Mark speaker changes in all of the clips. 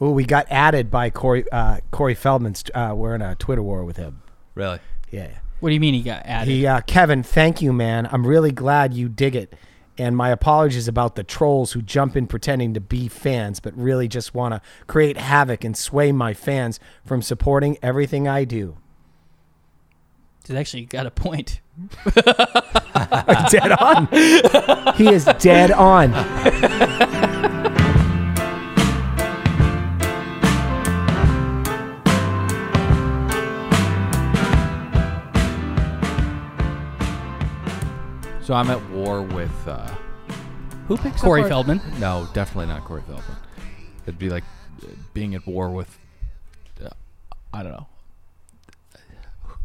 Speaker 1: Oh, we got added by Corey uh, Corey Feldman's. Uh, we're in a Twitter war with him.
Speaker 2: Really?
Speaker 1: Yeah.
Speaker 3: What do you mean he got added?
Speaker 1: He, uh, Kevin, thank you, man. I'm really glad you dig it. And my apologies about the trolls who jump in pretending to be fans, but really just want to create havoc and sway my fans from supporting everything I do.
Speaker 3: He's actually got a point.
Speaker 1: dead on. he is dead on.
Speaker 2: So I'm at war with uh, who picks
Speaker 3: Corey
Speaker 2: up our-
Speaker 3: Feldman.
Speaker 2: No, definitely not Corey Feldman. It'd be like uh, being at war with uh, I don't know.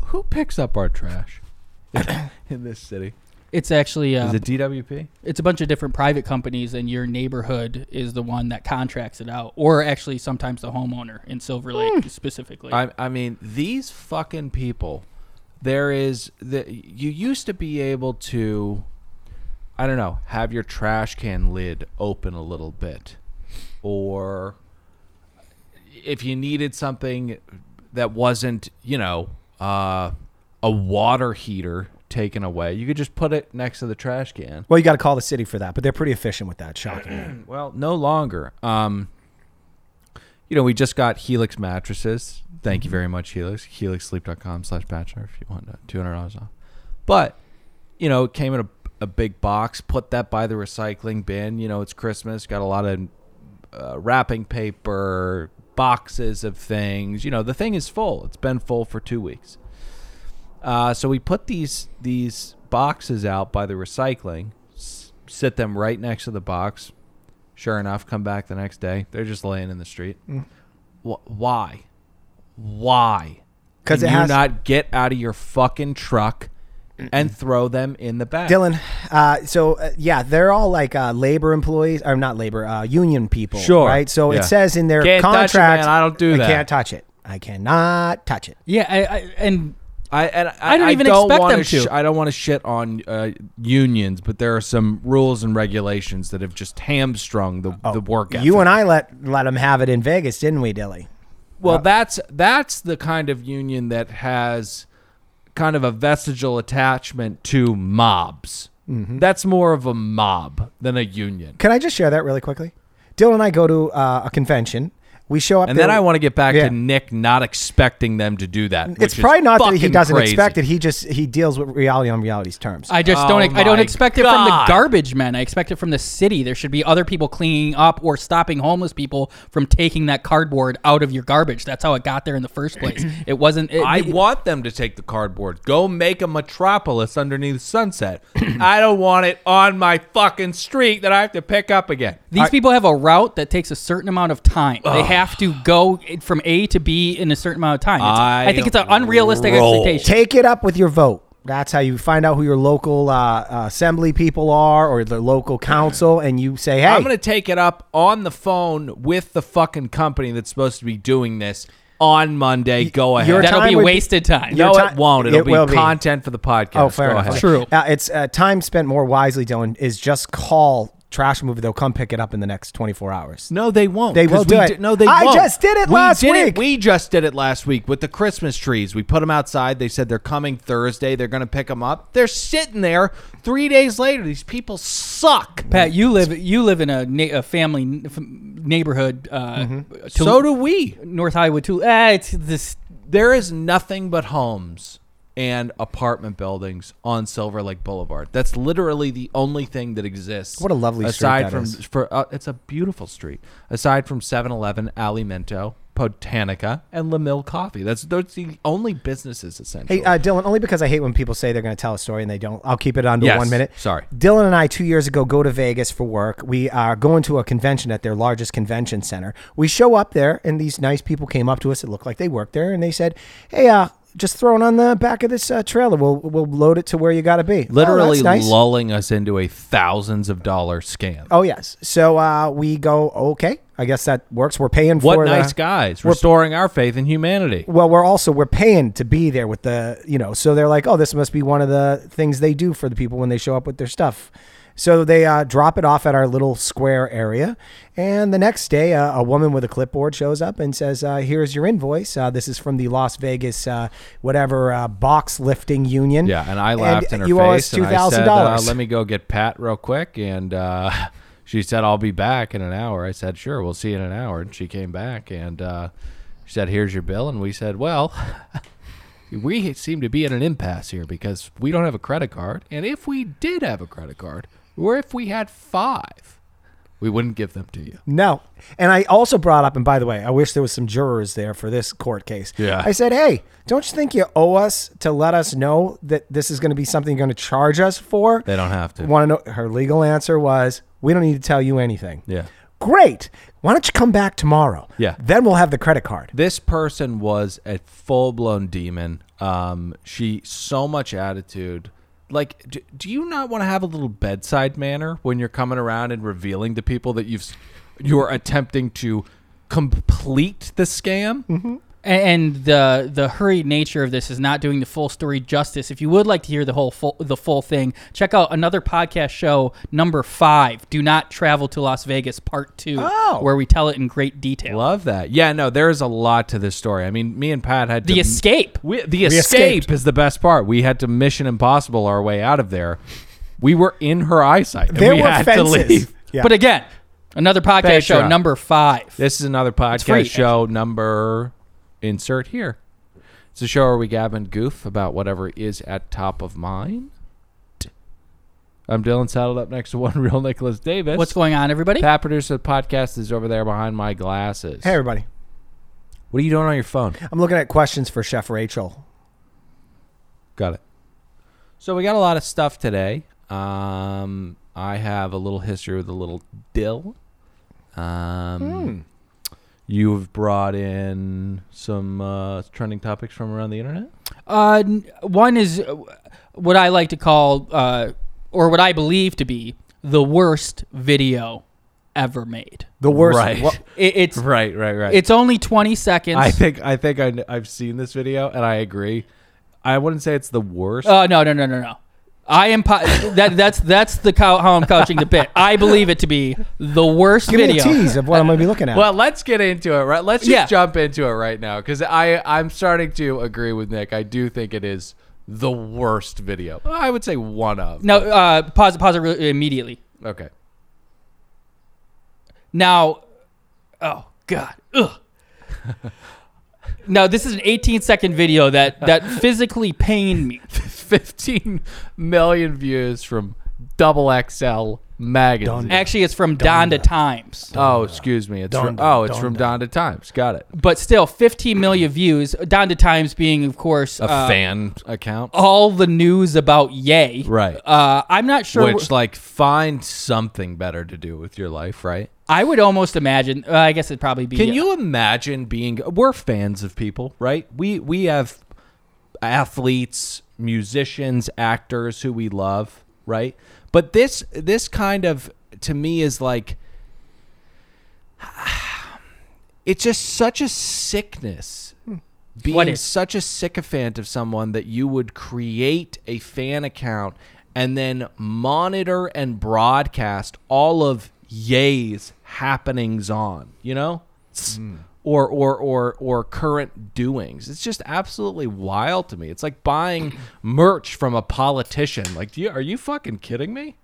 Speaker 2: Who picks up our trash in- in this city?
Speaker 3: It's actually uh,
Speaker 2: Is it DWP?
Speaker 3: it's a bunch of different private companies, and your neighborhood is the one that contracts it out, or actually sometimes the homeowner in Silver Lake specifically.
Speaker 2: I, I mean, these fucking people. There is the you used to be able to, I don't know, have your trash can lid open a little bit, or if you needed something that wasn't, you know, uh, a water heater taken away, you could just put it next to the trash can.
Speaker 1: Well, you got to call the city for that, but they're pretty efficient with that. Shocking.
Speaker 2: Well, no longer. Um, you know, we just got Helix mattresses. Thank you very much, Helix. HelixSleep.com slash bachelor if you want uh, $200 off. But, you know, it came in a, a big box. Put that by the recycling bin. You know, it's Christmas. Got a lot of uh, wrapping paper, boxes of things. You know, the thing is full. It's been full for two weeks. Uh, so we put these these boxes out by the recycling, s- sit them right next to the box. Sure enough, come back the next day, they're just laying in the street.
Speaker 1: Mm.
Speaker 2: Wh- why? Why?
Speaker 1: 'Cause
Speaker 2: Can
Speaker 1: it
Speaker 2: you
Speaker 1: has-
Speaker 2: not get out of your fucking truck and throw them in the back.
Speaker 1: Dylan, uh, so uh, yeah, they're all like uh, labor employees, or not labor, uh, union people.
Speaker 2: Sure.
Speaker 1: Right. So
Speaker 2: Yeah.
Speaker 1: it says in their
Speaker 2: Can't touch
Speaker 1: contract,
Speaker 2: it, man. I don't do
Speaker 1: I
Speaker 2: that.
Speaker 1: can't touch it. I cannot touch it.
Speaker 3: yeah, I, I, and
Speaker 2: I and I,
Speaker 3: I don't even expect
Speaker 2: wanna
Speaker 3: them to.
Speaker 2: sh- I don't want to shit on uh, unions, but there are some rules and regulations that have just hamstrung the the work.
Speaker 1: Oh, You
Speaker 2: ethic.
Speaker 1: and I let let them have it in Vegas, didn't we, Dilly? uh,
Speaker 2: Well, that's that's the kind of union that has kind of a vestigial attachment to mobs.
Speaker 1: Mm-hmm.
Speaker 2: That's more of a mob than a union.
Speaker 1: Can I just share that really quickly? Dylan and I go to uh, a convention. We show up,
Speaker 2: And then
Speaker 1: there-
Speaker 2: I want to get back
Speaker 1: Yeah.
Speaker 2: to Nick not expecting them to do that.
Speaker 1: It's
Speaker 2: which is
Speaker 1: probably not that he
Speaker 2: fucking
Speaker 1: doesn't
Speaker 2: crazy.
Speaker 1: expect it. He just he deals with reality on reality's terms.
Speaker 3: I just don't.
Speaker 2: Oh
Speaker 3: I don't
Speaker 2: my
Speaker 3: expect it from the
Speaker 2: God.
Speaker 3: garbage men. I expect it from the city. There should be other people cleaning up or stopping homeless people from taking that cardboard out of your garbage. That's how it got there in the first place. It wasn't. It,
Speaker 2: I
Speaker 3: it-
Speaker 2: want them to take the cardboard. Go make a metropolis underneath the sunset. I don't want it on my fucking street that I have to pick up again.
Speaker 3: These people have a route that takes a certain amount of time. They have to go from A to B in a certain amount of time. It's,
Speaker 2: I
Speaker 3: I, think it's an unrealistic
Speaker 2: roll.
Speaker 3: expectation.
Speaker 1: Take it up with your vote. That's how you find out who your local uh, uh, assembly people are or the local council, and you say, "Hey,
Speaker 2: I'm going to take it up on the phone with the fucking company that's supposed to be doing this on Monday. Go ahead.
Speaker 1: you're
Speaker 3: That'll
Speaker 1: time
Speaker 3: be
Speaker 1: would-
Speaker 3: wasted time.
Speaker 1: your
Speaker 2: no,
Speaker 1: ti-
Speaker 2: it won't. It'll
Speaker 1: it
Speaker 2: be
Speaker 1: will be.
Speaker 2: content for the podcast.
Speaker 1: oh, fair
Speaker 2: Go
Speaker 1: enough."
Speaker 2: ahead.
Speaker 3: True.
Speaker 1: Uh, it's uh, time spent more wisely. Dylan is just call trash removal. They'll come pick it up in the next 24 hours.
Speaker 2: No, they won't.
Speaker 1: They
Speaker 2: 'cause
Speaker 1: will
Speaker 2: we
Speaker 1: do it.
Speaker 2: di- no, they
Speaker 1: I
Speaker 2: won't.
Speaker 1: just did it
Speaker 2: We
Speaker 1: last
Speaker 2: did it-
Speaker 1: week.
Speaker 2: We just did it last week with the Christmas trees. We put them outside. They said they're coming Thursday. They're going to pick them up. They're sitting there three days later. These people suck.
Speaker 3: Pat, you live you live in a, na- a family n- f- neighborhood. Uh, Tul-
Speaker 2: So do we.
Speaker 3: North Highwood too. Ah, it's this.
Speaker 2: There is nothing but homes and apartment buildings on Silver Lake Boulevard. That's literally the only thing that exists.
Speaker 1: What a lovely street
Speaker 2: aside
Speaker 1: that
Speaker 2: from
Speaker 1: is.
Speaker 2: for uh, it's a beautiful street. Aside from 7-Eleven, Alimento, Botanica, and Lamille Coffee. That's those are the only businesses essentially.
Speaker 1: Hey, uh, Dylan, only because I hate when people say they're going to tell a story and they don't. I'll keep it under
Speaker 2: Yes.
Speaker 1: one minute.
Speaker 2: Sorry.
Speaker 1: Dylan and I, two years ago, go to Vegas for work. We are going to a convention at their largest convention center. We show up there, and these nice people came up to us. It looked like they worked there, and they said, "Hey, uh, just throw it on the back of this uh, trailer. We'll we'll load it to where you got to be." oh,
Speaker 2: literally
Speaker 1: that's nice.
Speaker 2: lulling us into a thousands of dollar scam.
Speaker 1: Oh yes. So uh, we go. Okay, I guess that works. We're paying for uh,
Speaker 2: what
Speaker 1: the-
Speaker 2: nice guys. Restoring our faith in humanity.
Speaker 1: well we're also we're paying to be there with the you know so they're like oh this must be one of the things they do for the people when they show up with their stuff So they uh, drop it off at our little square area. And the next day, uh, a woman with a clipboard shows up and says, uh, Here's your invoice. Uh, this is from the Las Vegas, uh, whatever, uh, box lifting union.
Speaker 2: Yeah, and I laughed in her
Speaker 1: Mm-hmm. you
Speaker 2: face.
Speaker 1: owe us
Speaker 2: and I said, uh,
Speaker 1: $2,000.
Speaker 2: Let me go get Pat real quick. And uh, she said, I'll be back in an hour. I said, Sure, we'll see you in an hour. And she came back and uh, she said, Here's your bill. And we said, Well, we seem to be at an impasse here because we don't have a credit card. And if we did have a credit card, or if we had five, we wouldn't give them to you.
Speaker 1: No. And I also brought up, and by the way, I wish there was some jurors there for this court case.
Speaker 2: Yeah.
Speaker 1: I said, hey, don't you think you owe us to let us know that this is going to be something you're going to charge us for?
Speaker 2: They don't have to.
Speaker 1: Want to know? Her legal answer was, we don't need to tell you anything.
Speaker 2: Yeah.
Speaker 1: Great. Why don't you come back tomorrow?
Speaker 2: Yeah.
Speaker 1: Then we'll have the credit card.
Speaker 2: This person was a full blown demon. Um, she so much attitude. Like, do, do you not want to have a little bedside manner when you're coming around and revealing to people that you've s- you're attempting to complete the scam?
Speaker 1: Mm-hmm.
Speaker 3: and and the the hurried nature of this is not doing the full story justice. If you would like to hear the whole full, the full thing, check out another podcast show number five. Do not travel to Las Vegas, part two,
Speaker 1: Oh.
Speaker 3: where we tell it in great detail.
Speaker 2: Love that. Yeah, no, there is a lot to this story. I mean, me and Pat had
Speaker 3: The
Speaker 2: to,
Speaker 3: escape.
Speaker 2: We, the escape
Speaker 1: escaped.
Speaker 2: is the best part. We had to Mission Impossible our way out of there. We were in her eyesight. and
Speaker 1: There
Speaker 2: we
Speaker 1: were
Speaker 2: had to
Speaker 1: fences.
Speaker 2: leave.
Speaker 1: Yeah.
Speaker 3: But again, another podcast
Speaker 2: Thanks,
Speaker 3: show
Speaker 2: Rob.
Speaker 3: number five.
Speaker 2: This is another
Speaker 3: free,
Speaker 2: podcast show numwer insert here. It's a show where we gab and goof about whatever is at top of mind. I'm Dylan, saddled up next to one real Nicholas Davis.
Speaker 3: What's going on, everybody?
Speaker 2: Pat producer of the podcast is over there behind my glasses.
Speaker 1: hey, everybody.
Speaker 2: what are you doing on your phone?
Speaker 1: I'm looking at questions for Chef Rachel.
Speaker 2: Got it. So we got a lot of stuff today. Um, I have a little history with a little dill. Um, You've brought in some uh, trending topics from around the internet.
Speaker 3: Uh, n- one is uh, what I like to call, uh, or what I believe to be, the worst video ever made.
Speaker 1: The worst.
Speaker 2: Right.
Speaker 1: what-
Speaker 3: It, it's
Speaker 2: Right, right, right.
Speaker 3: it's only twenty seconds.
Speaker 2: I think I think I, kn- I've seen this video and I agree. I wouldn't say it's the worst.
Speaker 3: Oh no no no no no! I am po- that that's that's the cow- how I'm couching the bit. I believe it to be the worst
Speaker 1: give
Speaker 3: video.
Speaker 1: me a tease of what I'm going to be looking at.
Speaker 2: well, let's get into it. Right, let's just
Speaker 3: Yeah.
Speaker 2: jump into it right now because I I'm starting to agree with Nick. I do think it is the worst video. I would say one of.
Speaker 3: No, uh, pause it, pause it re- immediately.
Speaker 2: Okay.
Speaker 3: Now, oh god, ugh. now this is an 18 second video that that physically pained me.
Speaker 2: 15 million views from Double XL magazine.
Speaker 3: Actually, it's from Donda Times.
Speaker 2: Oh, excuse me. It's from,
Speaker 1: Donda,
Speaker 2: oh, it's from Donda Times. Got it.
Speaker 3: but still 15 million views down to times being of course
Speaker 2: A
Speaker 3: uh,
Speaker 2: fan account.
Speaker 3: all the news about yay
Speaker 2: Right.
Speaker 3: uh, i'm not sure
Speaker 2: Which, like, find something better to do with your life, right?
Speaker 3: i would almost imagine uh, i guess it'd probably be
Speaker 2: Can you imagine being? We're fans of people, right? We we have athletes, musicians, actors who we love, right? But this this kind of to me is like it's just such a sickness. Being
Speaker 3: What is-
Speaker 2: such a sycophant of someone that you would create a fan account and then monitor and broadcast all of Ye's happenings on, you know? Or, or or or current doings. It's just absolutely wild to me. It's like buying merch from a politician. Like, do you, are you fucking kidding me?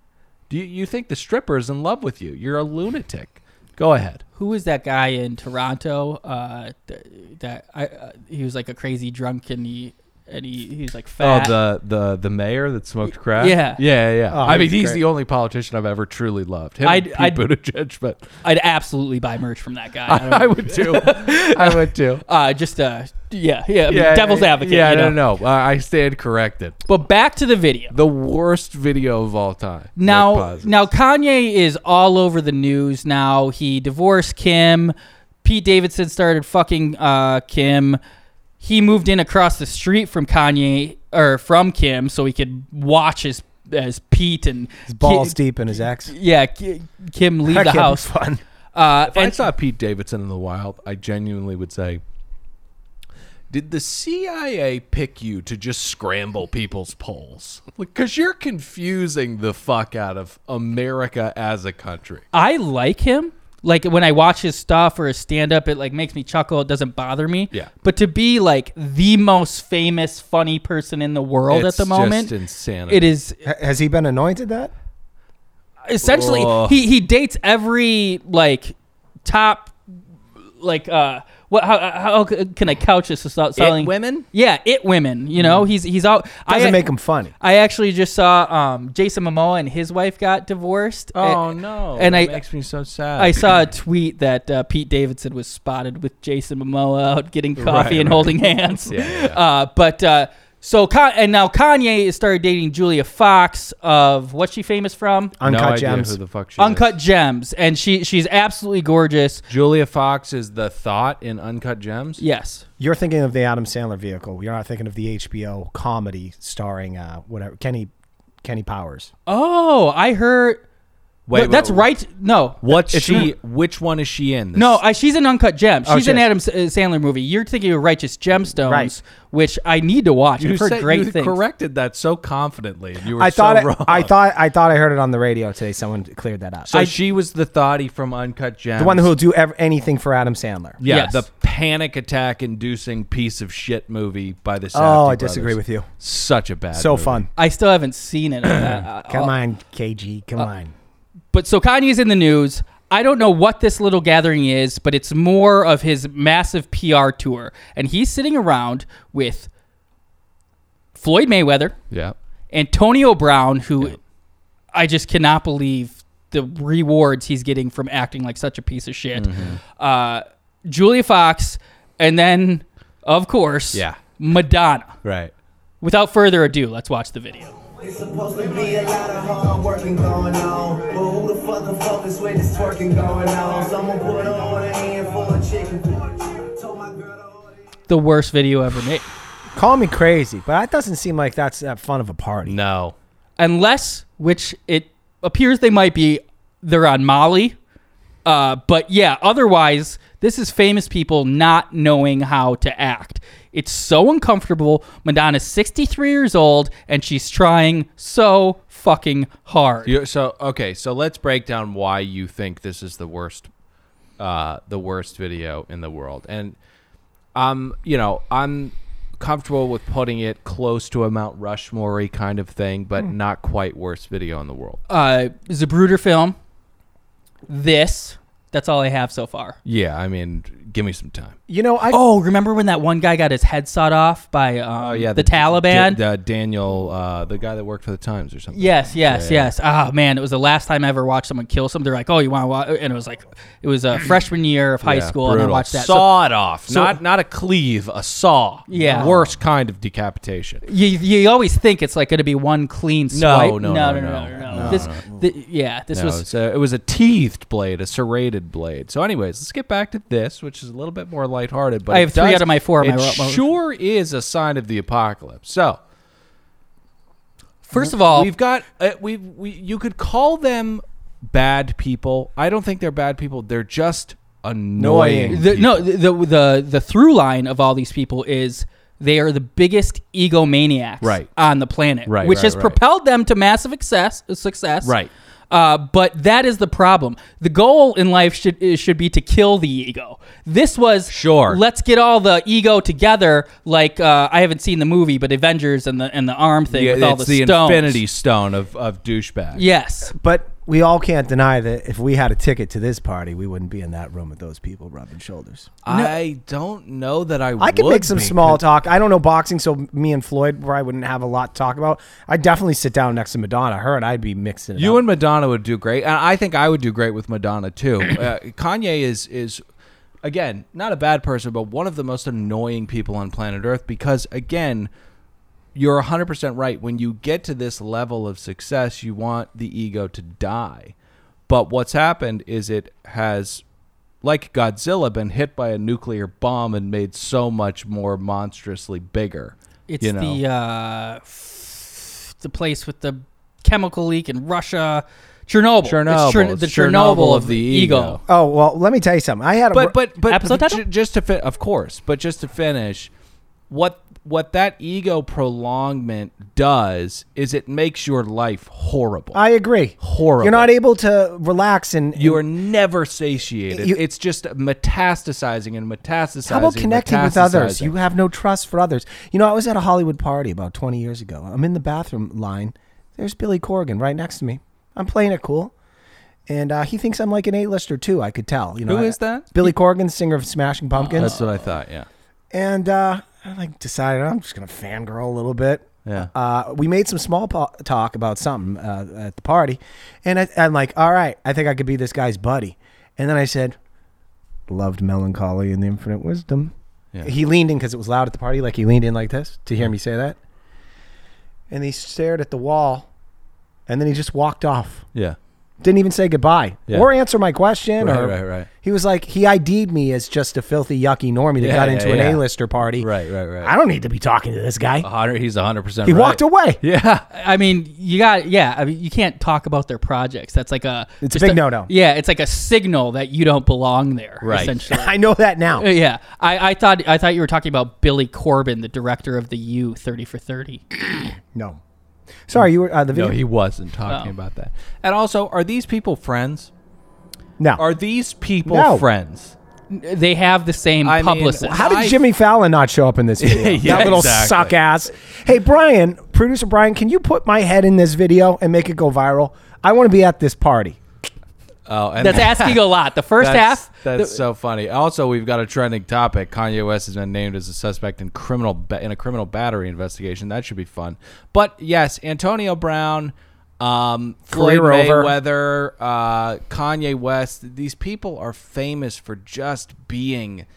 Speaker 2: Do you, you think the stripper is in love with you? You're a lunatic. Go ahead.
Speaker 3: who was that guy in toronto uh, th- that I, uh, he was like a crazy drunk and he and he, he was like
Speaker 2: Oh,
Speaker 3: fat
Speaker 2: the the the mayor that smoked crack.
Speaker 3: Yeah.
Speaker 2: yeah, yeah.
Speaker 1: Oh,
Speaker 2: I mean,
Speaker 1: he's
Speaker 2: he's
Speaker 1: great.
Speaker 2: the only politician I've ever truly loved. Him
Speaker 3: I'd-
Speaker 2: and Pete
Speaker 3: I'd-
Speaker 2: Buttigieg, but
Speaker 3: i'd absolutely buy merch from that guy I don't-
Speaker 2: I would too. I would too.
Speaker 3: uh, just uh, yeah yeah, I mean,
Speaker 2: Yeah,
Speaker 3: devil's advocate
Speaker 2: Yeah,
Speaker 3: you know?
Speaker 2: no, no. I I stand corrected.
Speaker 3: but back to the video
Speaker 2: The worst video of all time. Nick
Speaker 3: Now,
Speaker 2: Pazos.
Speaker 3: now Kanye is all over the news. Now he divorced Kim. Pete Davidson started fucking uh, Kim. He moved in across the street from Kanye or from Kim, so he could watch as as Pete and his
Speaker 1: Balls deep in his ex.
Speaker 3: yeah, Ki- Kim leave
Speaker 1: That
Speaker 3: the
Speaker 1: can't be
Speaker 3: house.
Speaker 1: Fun.
Speaker 3: Uh,
Speaker 2: If I
Speaker 3: and
Speaker 2: saw Pete Davidson in the wild, I genuinely would say, Did the CIA pick you to just scramble people's polls? Because you're confusing the fuck out of America as a country.
Speaker 3: I like him. Like when I watch his stuff or his stand up, it like makes me chuckle. It doesn't bother me.
Speaker 2: Yeah.
Speaker 3: But to be like the most famous funny person in the world
Speaker 2: It's
Speaker 3: at the moment,
Speaker 2: just insanity.
Speaker 3: it is
Speaker 1: Ha- Has he been anointed that?
Speaker 3: essentially
Speaker 2: Oh.
Speaker 3: he he dates every like top like uh what how how can I couch this without selling
Speaker 2: women? Mm.
Speaker 3: Yeah, it women. You know he's he's out.
Speaker 1: Doesn't
Speaker 3: I
Speaker 1: make him funny.
Speaker 3: I actually just saw um Jason Momoa and his wife got divorced.
Speaker 2: Oh
Speaker 3: A-
Speaker 2: no!
Speaker 3: and
Speaker 2: that
Speaker 3: I-
Speaker 2: makes me so sad.
Speaker 3: I saw a tweet that uh, Pete Davidson was spotted with Jason Momoa out getting coffee and
Speaker 2: right.
Speaker 3: holding hands.
Speaker 2: Yeah, yeah, yeah.
Speaker 3: Uh, but uh, so Con- and now Kanye started dating Julia Fox of what's she famous from?
Speaker 1: Uncut
Speaker 2: no idea
Speaker 1: gems.
Speaker 2: Who the fuck she
Speaker 3: Uncut
Speaker 2: is.
Speaker 3: Gems, and she she's absolutely gorgeous.
Speaker 2: Julia Fox is the thought in Uncut Gems.
Speaker 3: Yes,
Speaker 1: You're thinking of the Adam Sandler vehicle. You're not thinking of the HBO comedy starring uh, whatever Kenny Kenny Powers.
Speaker 3: Oh, I heard.
Speaker 2: Wait,
Speaker 3: Wait,
Speaker 2: wait,
Speaker 3: that's
Speaker 2: wait.
Speaker 3: right. No,
Speaker 2: What's
Speaker 1: It's
Speaker 2: she? Which one is she in? This-
Speaker 3: no, I, she's an Uncut Gem.
Speaker 2: Oh,
Speaker 3: She's an
Speaker 1: shit.
Speaker 3: Adam S- uh, Sandler movie. You're thinking of Righteous Gemstones,
Speaker 1: Right.
Speaker 3: which I need to watch.
Speaker 2: you
Speaker 3: I've heard
Speaker 2: said-
Speaker 3: great
Speaker 2: you
Speaker 3: things.
Speaker 2: corrected that so confidently. You were
Speaker 1: I thought
Speaker 2: so
Speaker 1: I-
Speaker 2: wrong.
Speaker 1: I thought I thought I heard it on the radio today. Someone cleared that up.
Speaker 2: so.
Speaker 3: I-
Speaker 2: she was the thoughtie from Uncut Gems,
Speaker 1: the one who'll do ev- anything for Adam Sandler.
Speaker 2: Yeah,
Speaker 3: Yes.
Speaker 2: the panic attack inducing piece of shit movie by the.
Speaker 1: Oh,
Speaker 2: Safdie
Speaker 1: I disagree
Speaker 2: brothers.
Speaker 1: with you.
Speaker 2: Such a bad.
Speaker 1: So
Speaker 2: movie. Oh.
Speaker 1: fun.
Speaker 3: I still haven't seen it. Uh,
Speaker 1: Come
Speaker 3: uh,
Speaker 1: on, KG. Come on.
Speaker 3: But so Kanye's in the news. I don't know what this little gathering is, but it's more of his massive PR tour, and he's sitting around with Floyd Mayweather.
Speaker 2: Yeah.
Speaker 3: Antonio Brown, who
Speaker 2: Yeah.
Speaker 3: I just cannot believe the rewards he's getting from acting like such a piece of shit.
Speaker 2: Mm-hmm.
Speaker 3: Uh, Julia Fox, and then, of course,
Speaker 2: Yeah.
Speaker 3: Madonna.
Speaker 2: Right.
Speaker 3: Without further ado, let's watch the video.
Speaker 4: It's supposed to be a lot of hard working going on. But who the fuck can focus when this twerking going on? Someone put on a handful of chicken. Told my girl to order it.
Speaker 3: The worst video ever made.
Speaker 1: Call me crazy, but that doesn't seem like that's that fun of a party.
Speaker 2: No.
Speaker 3: Unless, which it appears they might be, they're on Molly. Uh, but yeah, otherwise, this is famous people not knowing how to act. It's so uncomfortable. Madonna's 63 years old and she's trying so fucking hard.
Speaker 2: You, so okay, so let's break down why you think this is the worst, uh, the worst video in the world. And um, you know, I'm comfortable with putting it close to a Mount Rushmore kind of thing, but not quite worst video in the world.
Speaker 3: Uh, Zabruder film. This. That's all I have so far.
Speaker 2: Yeah, I mean, give me some time.
Speaker 1: You know, I
Speaker 3: Oh, remember when that one guy got his head sawed off by um,
Speaker 2: Oh yeah,
Speaker 3: the, Taliban?
Speaker 2: Da- Daniel, uh, the guy that worked for the Times or something.
Speaker 3: Yes, yes,
Speaker 2: Yeah, yeah.
Speaker 3: yes. Ah, man, it was the last time I ever watched someone kill someone. They're like, "Oh, you want to watch?" And it was like, it was a freshman year of high
Speaker 2: Yeah,
Speaker 3: school, and I
Speaker 2: brutal.
Speaker 3: watched that. So
Speaker 2: Saw it off, not not a cleave, a saw.
Speaker 3: Yeah.
Speaker 2: worst kind of decapitation.
Speaker 3: you, you always think it's like going to be one clean swipe.
Speaker 2: no,
Speaker 3: no,
Speaker 2: no,
Speaker 3: no,
Speaker 2: no, no,
Speaker 3: This, thi- yeah, this
Speaker 2: No,
Speaker 3: was
Speaker 2: it's a- it was a teethed blade, a serrated blade. So, anyways, let's get back to this, which is a little bit more lighthearted. But
Speaker 3: I
Speaker 2: it
Speaker 3: have three
Speaker 2: does-
Speaker 3: out of my four on
Speaker 2: It
Speaker 3: my ro- my-
Speaker 2: sure is a sign of the apocalypse. So
Speaker 3: first of all.
Speaker 2: we've got uh, we we you could call them bad people. I don't think they're bad people. They're just annoying.
Speaker 1: Annoying.
Speaker 3: the,
Speaker 2: people.
Speaker 3: no, the, the the through line of all these people is they are the biggest egomaniacs
Speaker 2: Right.
Speaker 3: on the planet,
Speaker 2: Right,
Speaker 3: which
Speaker 2: right,
Speaker 3: has
Speaker 2: right.
Speaker 3: propelled them to massive success. Success,
Speaker 2: Right.
Speaker 3: Uh, but that is the problem. The goal in life should is- should be to kill the ego. This was
Speaker 2: Sure.
Speaker 3: Let's get all the ego together. Like uh, I haven't seen the movie, but Avengers and the and the arm thing
Speaker 2: Yeah,
Speaker 3: with all
Speaker 2: it's
Speaker 3: the,
Speaker 2: the
Speaker 3: stones.
Speaker 2: infinity stone of of douchebag.
Speaker 3: Yes,
Speaker 1: but we all can't deny that if we had a ticket to this party, we wouldn't be in that room with those people rubbing shoulders.
Speaker 2: I don't know that I.
Speaker 1: I could
Speaker 2: would
Speaker 1: make some
Speaker 2: be,
Speaker 1: small talk. I don't know boxing, so me and Floyd, where I wouldn't have a lot to talk about. I'd definitely sit down next to Madonna. Her and I'd be mixing. It
Speaker 2: You
Speaker 1: up.
Speaker 2: and Madonna would do great, and I think I would do great with Madonna too. Uh, Kanye is is again not a bad person, but one of the most annoying people on planet Earth because again, you're 100% right. When you get to this level of success, you want the ego to die. But what's happened is it has like Godzilla been hit by a nuclear bomb and made so much more monstrously bigger.
Speaker 3: it's
Speaker 2: you know?
Speaker 3: the uh, f- the place with the chemical leak in Russia, Chernobyl. It's
Speaker 2: Chernobyl.
Speaker 3: Chern-
Speaker 2: It's
Speaker 3: the Chernobyl, of the ego.
Speaker 1: oh well, let me tell you something. I had a
Speaker 2: but but but
Speaker 3: Episode
Speaker 2: but ju-
Speaker 3: title?
Speaker 2: just to fit, of course, but just to finish, what what that ego prolongment does is it makes your life horrible.
Speaker 1: I agree.
Speaker 2: Horrible.
Speaker 1: You're not able to relax and, and
Speaker 2: you are never satiated.
Speaker 1: You-
Speaker 2: it's just metastasizing and metastasizing.
Speaker 1: How about connecting with others?
Speaker 2: metastasizing.
Speaker 1: You have no trust for others. You know, I was at a Hollywood party about 20 years ago. I'm in the bathroom line. There's Billy Corgan right next to me. I'm playing it cool. And uh, he thinks I'm like an A-lister too. I could tell. You know,
Speaker 2: Who
Speaker 1: I-
Speaker 2: is that? Oh,
Speaker 1: Billy Corgan, singer of Smashing Pumpkins.
Speaker 2: That's what I thought. Yeah.
Speaker 1: and uh, I like decided I'm just gonna fangirl a little bit.
Speaker 2: Yeah.
Speaker 1: Uh, we made some small po- talk about something uh, at the party, and I, I'm like, all right, I think I could be this guy's buddy. And then I said, loved melancholy and the infinite wisdom.
Speaker 2: Yeah.
Speaker 1: He leaned in because it was loud at the party. Like he leaned in like this to hear me say that, and he stared at the wall, and then he just walked off.
Speaker 2: Yeah.
Speaker 1: Didn't even say goodbye
Speaker 2: Yeah.
Speaker 1: or answer my question.
Speaker 2: Right,
Speaker 1: or,
Speaker 2: right, right.
Speaker 1: He was like, he ID'd me as just a filthy, yucky normie that
Speaker 2: Yeah,
Speaker 1: got
Speaker 2: yeah,
Speaker 1: into
Speaker 2: yeah.
Speaker 1: an A-lister party.
Speaker 2: Right, right, right.
Speaker 1: I don't need to be talking to this guy.
Speaker 2: 100 he's 100%
Speaker 1: he
Speaker 2: right.
Speaker 1: walked away.
Speaker 2: Yeah.
Speaker 3: I mean, you got yeah. I mean, you can't talk about their projects. That's like a
Speaker 1: It's a
Speaker 3: just
Speaker 1: big no-no.
Speaker 3: Yeah, it's like a signal that you don't belong there.
Speaker 2: Right.
Speaker 3: Essentially.
Speaker 1: I know that now.
Speaker 3: Uh, yeah, I, I thought I thought you were talking about Billy Corbin, the director of the U Thirty for Thirty.
Speaker 1: No. Sorry, you were uh, the video.
Speaker 2: No, he wasn't talking
Speaker 3: Oh.
Speaker 2: about that. And also, are these people friends?
Speaker 1: No.
Speaker 2: Are these people
Speaker 1: No.
Speaker 2: friends?
Speaker 3: They have the same
Speaker 2: I mean,
Speaker 3: publicist.
Speaker 1: How did
Speaker 2: I-
Speaker 1: Jimmy Fallon not show up in this video?
Speaker 2: Yeah,
Speaker 1: that little
Speaker 2: exactly.
Speaker 1: suck ass. Hey, Brian, producer Brian, can you put my head in this video and make it go viral? I want to be at this party.
Speaker 2: Oh, and
Speaker 3: That's asking a lot. The first
Speaker 2: That's,
Speaker 3: half,
Speaker 2: that's so funny. Also, we've got a trending topic. Kanye West has been named as a suspect in criminal ba- in a criminal battery investigation. That should be fun. But yes, Antonio Brown, um, Floyd
Speaker 1: Career over.
Speaker 2: Mayweather, uh, Kanye West. These people are famous for just being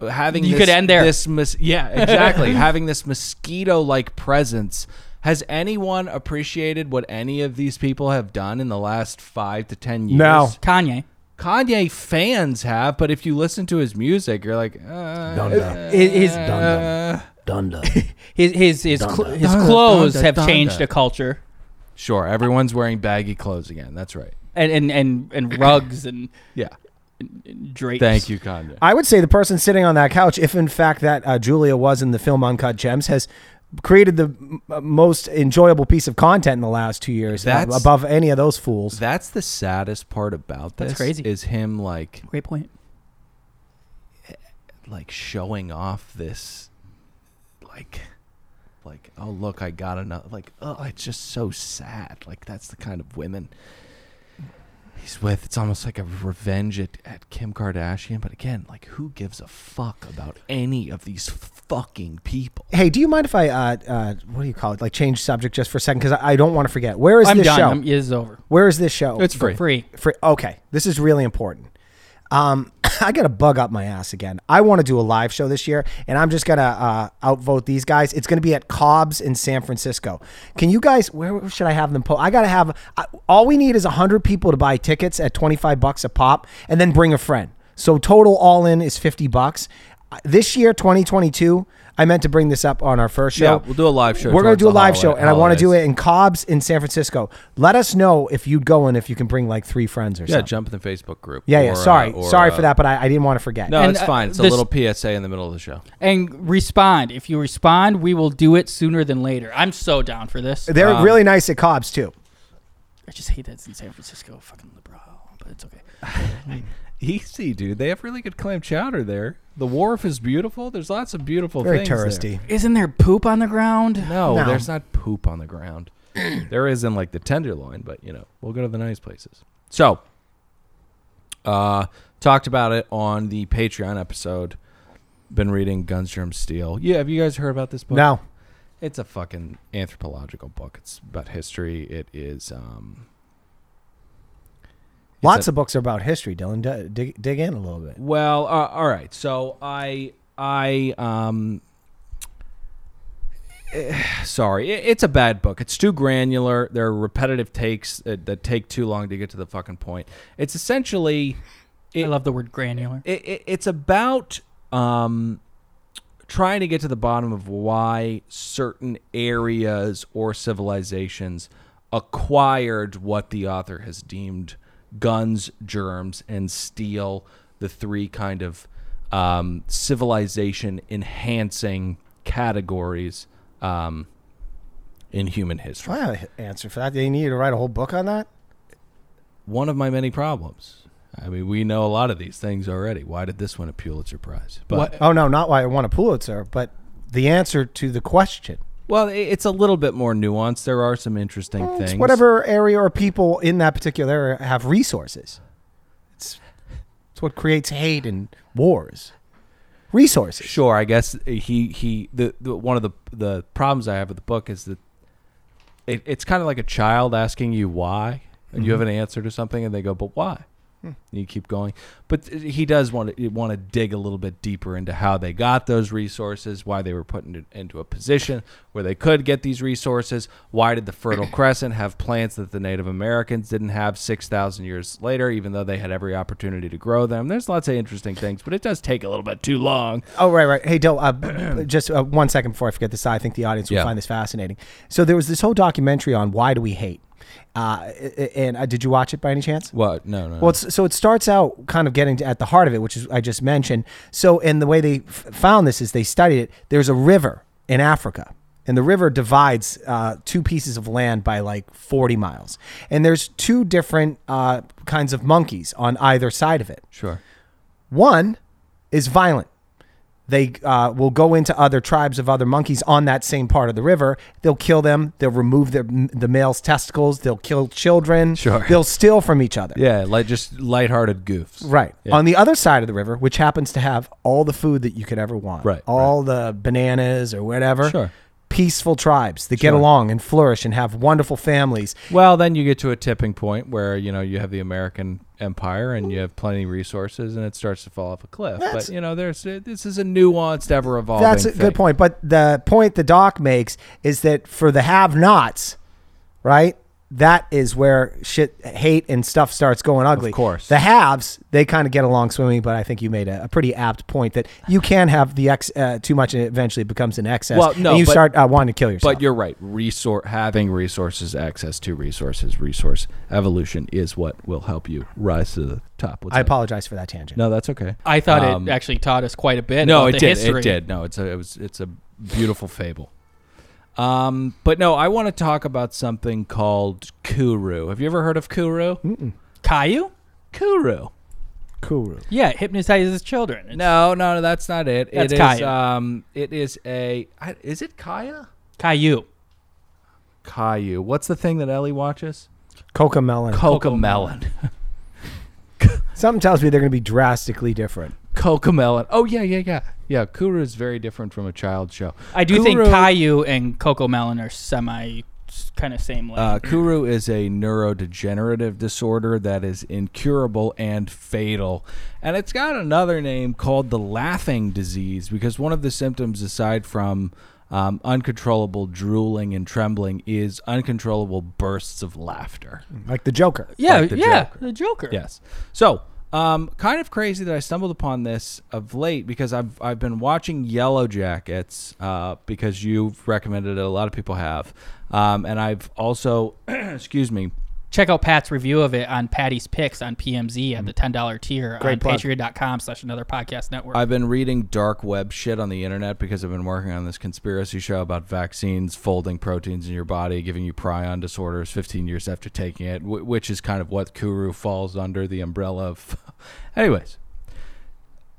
Speaker 2: having.
Speaker 3: You
Speaker 2: this,
Speaker 3: could end there.
Speaker 2: This mos- yeah, exactly. having this mosquito-like presence. Has anyone appreciated what any of these people have done in the last five to ten years?
Speaker 1: No.
Speaker 3: Kanye.
Speaker 2: Kanye fans have, but if you listen to his music, you're like, uh,
Speaker 3: His his his his, his, cl- his clothes
Speaker 2: Donda,
Speaker 3: have
Speaker 2: Donda.
Speaker 3: changed a culture,
Speaker 2: sure, everyone's wearing baggy clothes again. That's right.
Speaker 3: and and and, and rugs and
Speaker 2: Yeah.
Speaker 3: drapes.
Speaker 2: Thank you, Kanye.
Speaker 1: I would say the person sitting on that couch, if in fact that uh, Julia was in the film Uncut Gems, has created the m- most enjoyable piece of content in the last two years, uh,
Speaker 2: That's-
Speaker 1: above any of those fools.
Speaker 2: That's the saddest part about this.
Speaker 3: That's crazy.
Speaker 2: Is him like
Speaker 3: Great point.
Speaker 2: like showing off this, like, like oh look, I got another. Like oh, it's just so sad. Like that's the kind of women he's with. It's almost like a revenge at, at Kim Kardashian. But again, like who gives a fuck about any of these fucking people?
Speaker 1: Hey, do you mind if I, uh, uh, what do you call it? Like change subject just for a second because I, I don't want to forget. Where is
Speaker 3: I'm
Speaker 1: this
Speaker 3: done.
Speaker 1: show?
Speaker 3: I'm, it is over.
Speaker 1: Where is this show?
Speaker 2: Oh, It's free.
Speaker 3: Free.
Speaker 1: Free. Okay, this is really important. Um, I got to bug up my ass again. I want to do a live show this year, and I'm just gonna uh, outvote these guys. It's gonna be at Cobb's in San Francisco. Can you guys? Where should I have them? Po- I gotta have. I, all we need is hundred people to buy tickets at twenty five bucks a pop, and then bring a friend. So total all in is fifty bucks. Uh, This year, 2022. I meant to bring this up on our first show.
Speaker 2: Yeah, we'll do a live show
Speaker 1: We're gonna
Speaker 2: towards
Speaker 1: do a
Speaker 2: the
Speaker 1: live
Speaker 2: holiday-
Speaker 1: show, and I want to do
Speaker 2: holidays.
Speaker 1: it in Cobb's in San Francisco. Let us know if you'd go and if you can bring like three friends or
Speaker 2: Yeah,
Speaker 1: something.
Speaker 2: jump in the Facebook group.
Speaker 1: Yeah, yeah.
Speaker 2: Or, uh,
Speaker 1: Sorry,
Speaker 2: or,
Speaker 1: sorry
Speaker 2: uh,
Speaker 1: for that, but I, I didn't want to forget.
Speaker 2: No,
Speaker 3: And,
Speaker 2: it's
Speaker 3: uh,
Speaker 2: fine. It's
Speaker 3: this-
Speaker 2: a little PSA in the middle of the show.
Speaker 3: And respond. If you respond, we will do it sooner than later. I'm so down for this.
Speaker 1: they're
Speaker 2: Um,
Speaker 1: really nice at Cobb's too.
Speaker 3: I just hate that it's in San Francisco, fucking LeBron, but it's okay.
Speaker 2: Easy, dude. They have really good clam chowder there. The wharf is beautiful. There's lots of beautiful
Speaker 1: Very
Speaker 2: things.
Speaker 1: touristy.
Speaker 3: Isn't there poop on the ground?
Speaker 2: there. No,
Speaker 1: No.
Speaker 2: there's not poop on the ground. there is in like the tenderloin, but you know, we'll go to the nice places. So, uh, talked about it on the Patreon episode. Been reading Guns, Germs, Steel. Yeah, have you guys heard about this book?
Speaker 1: No,
Speaker 2: It's a fucking anthropological book. It's about history. It is um
Speaker 1: lots
Speaker 2: a-
Speaker 1: of books are about history. Dylan, D- dig, dig in a little bit.
Speaker 2: well, uh, all right. So I I um sorry. It, it's a bad book. It's too granular. There are repetitive takes uh, that take too long to get to the fucking point. It's essentially
Speaker 3: I love the word granular.
Speaker 2: it, it, it's about um, trying to get to the bottom of why certain areas or civilizations acquired what the author has deemed guns, germs, and steel, the three kind of um, civilization enhancing categories um, in human history.
Speaker 1: I have an answer for that. They need to write a whole book on that.
Speaker 2: One of my many problems. I mean, we know a lot of these things already. Why did this win a Pulitzer Prize? But
Speaker 1: Oh no, not why I won a Pulitzer, but the answer to the question.
Speaker 2: well, i- it's a little bit more nuanced. There are some interesting
Speaker 1: It's
Speaker 2: things.
Speaker 1: whatever area or people in that particular area have resources. It's it's what creates hate and wars. Resources.
Speaker 2: Sure, I guess he he the, the one of the the problems I have with the book is that it, it's kind of like a child asking you why, and you have an answer to something, and they go, "But why?" And you keep going, but he does want to want to dig a little bit deeper into how they got those resources, why they were put into, into a position where they could get these resources, why did the Fertile Crescent have plants that the Native Americans didn't have six thousand years later, even though they had every opportunity to grow them. There's lots of interesting things, but it does take a little bit too long.
Speaker 1: Oh right, right. Hey, Dill, uh, b- b- just uh, one second before I forget this. I think the audience will
Speaker 2: Yeah.
Speaker 1: find this fascinating. So there was this whole documentary on why do we hate, uh, a- a- and uh, did you watch it by any chance?
Speaker 2: What? No, no. no.
Speaker 1: Well, it's, so it starts out kind of getting to, at the heart of it, which is I just mentioned. So, and the way they f- found this is they studied it. There's a river in Africa, and the river divides uh, two pieces of land by like 40 miles. And there's two different uh, kinds of monkeys on either side of it.
Speaker 2: sure.
Speaker 1: One is violent. They uh, will go into other tribes of other monkeys on that same part of the river. They'll kill them. They'll remove their, the male's testicles. They'll kill children.
Speaker 2: Sure.
Speaker 1: They'll steal from each other.
Speaker 2: Yeah, like just lighthearted goofs.
Speaker 1: Right.
Speaker 2: Yeah.
Speaker 1: On the other side of the river, which happens to have all the food that you could ever want.
Speaker 2: Right,
Speaker 1: All the bananas or whatever.
Speaker 2: Sure.
Speaker 1: Peaceful tribes that get
Speaker 2: Sure.
Speaker 1: along and flourish and have wonderful families.
Speaker 2: well, then you get to a tipping point where you know you have the American Empire and you have plenty of resources, and it starts to fall off a cliff.
Speaker 1: That's-
Speaker 2: but you know, there's uh, this is a nuanced, ever evolving.
Speaker 1: That's a good point. But the point the doc makes is that for the have nots, right? That is where shit, hate, and stuff starts going ugly.
Speaker 2: course.
Speaker 1: The haves, they kind of get along swimming, but I think you made a, a pretty apt point that you can have the ex uh, too much and it eventually becomes an excess.
Speaker 2: Well, no,
Speaker 1: and you
Speaker 2: but-
Speaker 1: start uh, wanting to kill yourself.
Speaker 2: But you're right. Resor- having resources, access to resources, resource evolution is what will help you rise to the top. What's
Speaker 1: I
Speaker 2: up?
Speaker 1: apologize for that tangent.
Speaker 2: No, that's okay.
Speaker 3: I thought
Speaker 2: Um,
Speaker 3: it actually taught us quite a bit.
Speaker 2: No,
Speaker 3: about
Speaker 2: it
Speaker 3: the
Speaker 2: did.
Speaker 3: History.
Speaker 2: It did. No, it's a it was it's a beautiful fable. Um, but no, I want to talk about something called Kuru. Have you ever heard of Kuru?
Speaker 3: Caillou?
Speaker 2: Kuru.
Speaker 1: Cool.
Speaker 3: Yeah, it hypnotizes children. It's
Speaker 2: No, no, no, that's not it.
Speaker 3: That's
Speaker 2: it is
Speaker 3: Kaya.
Speaker 2: um it is a I- is it Kaya?
Speaker 3: Caillou.
Speaker 2: Caillou. What's the thing that Ellie watches?
Speaker 1: Coca melon.
Speaker 2: Coca melon.
Speaker 1: Something tells me they're going to be drastically different.
Speaker 2: Coca melon. Oh yeah, yeah, yeah. Yeah, Kuru is very different from a child show.
Speaker 3: I do think
Speaker 2: Kuru-
Speaker 3: Caillou and Coco Melon are semi kind of same level.
Speaker 2: Uh, Kuru is a neurodegenerative disorder that is incurable and fatal. And it's got another name called the laughing disease because one of the symptoms, aside from um, uncontrollable drooling and trembling, is uncontrollable bursts of laughter.
Speaker 1: Like the Joker.
Speaker 3: yeah,
Speaker 2: like the
Speaker 3: yeah,
Speaker 2: Joker.
Speaker 3: the Joker.
Speaker 2: Yes. So, um, kind of crazy that I stumbled upon this of late because I've I've been watching Yellow Jackets uh, because you've recommended it. A lot of people have, um, and I've also, excuse me,
Speaker 3: Check out Pat's review of it on Patty's Picks on PMZ at the ten dollar tier
Speaker 1: Great
Speaker 3: on
Speaker 1: plug.
Speaker 3: patreon.com slash another podcast network.
Speaker 2: I've been reading dark web shit on the internet because I've been working on this conspiracy show about vaccines folding proteins in your body, giving you prion disorders 15 years after taking it, wh- which is kind of what Kuru falls under the umbrella of. Anyways,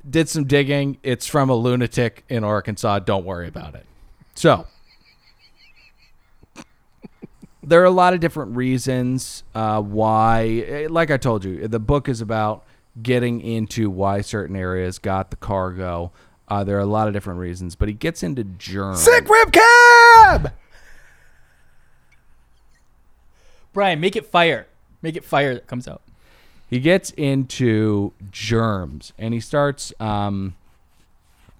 Speaker 2: did some digging. It's from a lunatic in Arkansas. Don't worry about it. So there are a lot of different reasons uh, why. eh, Like I told you, the book is about getting into why certain areas got the cargo. Uh, there are a lot of different reasons, but he gets into germs.
Speaker 1: Sick Rib Cab!
Speaker 3: Brian, make it fire. Make it fire that comes out.
Speaker 2: he gets into germs and he starts um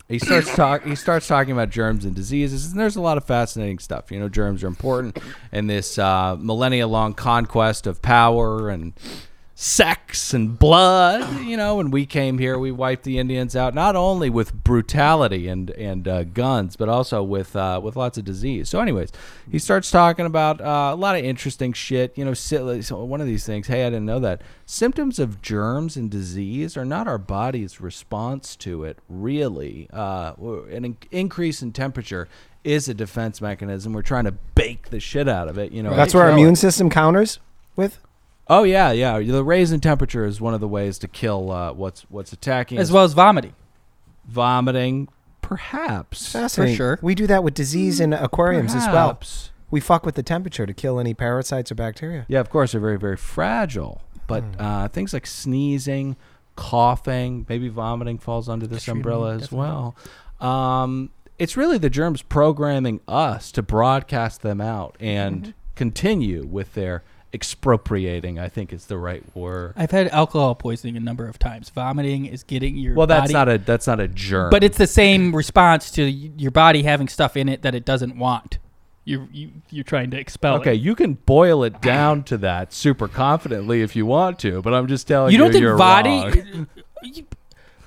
Speaker 2: he starts talk he starts talking about germs and diseases and there's a lot of fascinating stuff you know germs are important in this uh millennia long conquest of power and sex and blood, you know. And we came here, we wiped the Indians out not only with brutality and and uh, guns, but also with uh, with lots of disease. So, anyways, he starts talking about uh, a lot of interesting shit. You know, sy- so one of these things. Hey, I didn't know that symptoms of germs and disease are not our body's response to it. Really, uh, or an in- increase in temperature. Is a defense mechanism. We're trying to bake the shit out of it. You know,
Speaker 1: That's where our
Speaker 2: kill it.
Speaker 1: immune system counters with.
Speaker 2: Oh yeah, yeah. The raise in temperature is one of the ways to kill uh, what's what's attacking
Speaker 3: as
Speaker 2: us.
Speaker 3: well as vomiting.
Speaker 2: Vomiting, perhaps.
Speaker 1: Fascinating.
Speaker 3: sure.
Speaker 1: We do that with disease in aquariums as well.
Speaker 2: Perhaps.
Speaker 1: We fuck with the temperature to kill any parasites or bacteria.
Speaker 2: Yeah, of course, they're very very fragile. But
Speaker 3: Hmm.
Speaker 2: uh, things like sneezing, coughing, maybe vomiting falls under this umbrella as well. Um, it's really the germs programming us to broadcast them out and
Speaker 3: Mm-hmm.
Speaker 2: continue with their expropriating. I think is the right word.
Speaker 3: I've had alcohol poisoning a number of times. Vomiting is getting your
Speaker 2: Well, that's
Speaker 3: body-
Speaker 2: not a that's not a germ.
Speaker 3: but it's the same response to y- your body having stuff in it that it doesn't want. You you you're trying to expel.
Speaker 2: Okay,
Speaker 3: it.
Speaker 2: you can boil it down to that super confidently if you want to, but I'm just telling
Speaker 3: you
Speaker 2: you.
Speaker 3: don't think
Speaker 2: you're
Speaker 3: body.
Speaker 2: wrong.
Speaker 3: You,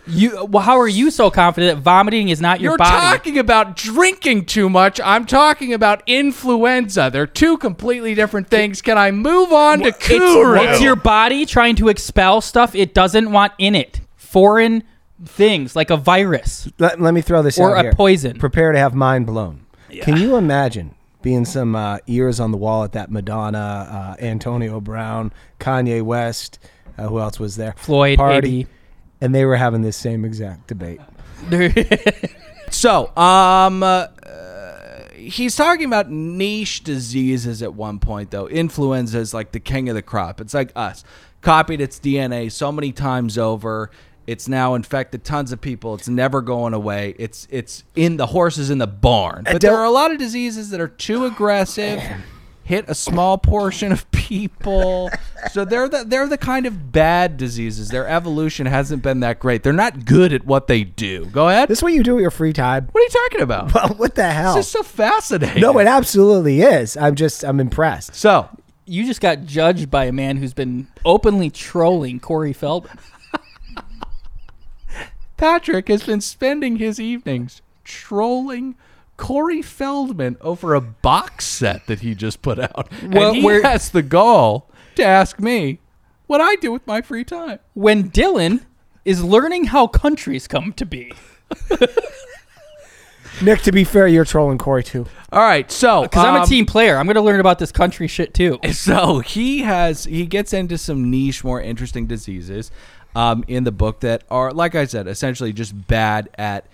Speaker 3: you- well, how are you so confident that vomiting is not your
Speaker 2: You're
Speaker 3: body?
Speaker 2: talking about drinking too much. I'm talking about influenza. They're two completely different things. Can I move on to
Speaker 3: it's,
Speaker 2: Kuru?
Speaker 3: it's your body trying to expel stuff it doesn't want in it. Foreign things like a virus.
Speaker 1: Let, let me throw this
Speaker 3: Or
Speaker 1: out
Speaker 3: a
Speaker 1: here.
Speaker 3: poison.
Speaker 1: Prepare to have mind blown. Can you imagine being some uh, ears on the wall at that Madonna, uh, Antonio Brown, Kanye West, uh, who else was there?
Speaker 3: Floyd,
Speaker 1: party,
Speaker 3: AD.
Speaker 1: and they were having this same exact debate.
Speaker 2: So, um, uh, he's talking about niche diseases at one point, though. Influenza is like the king of the crop. It's like us, copied its DNA so many times over. It's now infected tons of people. It's never going away. It's it's in the horses in the barn. But there
Speaker 1: don't-
Speaker 2: are a lot of diseases that are too aggressive. Hit a small portion of people, so they're the they're the kind of bad diseases. Their evolution hasn't been that great. They're not good at what they do. Go ahead.
Speaker 1: This is what you do with your free time?
Speaker 2: What are you talking about?
Speaker 1: Well, what the hell?
Speaker 2: This is so fascinating.
Speaker 1: no, it absolutely is. I'm just, I'm impressed.
Speaker 2: So,
Speaker 3: you just got judged by a man who's been openly trolling Corey Feldman.
Speaker 2: Patrick has been spending his evenings trolling Corey Feldman over a box set that he just put out.
Speaker 3: Well,
Speaker 2: and he
Speaker 3: we're-
Speaker 2: has the gall to ask me what I do with my free time.
Speaker 3: When Dylan is learning how countries come to be.
Speaker 1: Nick, to be fair, you're trolling Corey too.
Speaker 2: All right. So,
Speaker 3: Because I'm a
Speaker 2: um,
Speaker 3: team player. I'm going to learn about this country shit too.
Speaker 2: So he has he gets into some niche, more interesting diseases um, in the book that are, like I said, essentially just bad at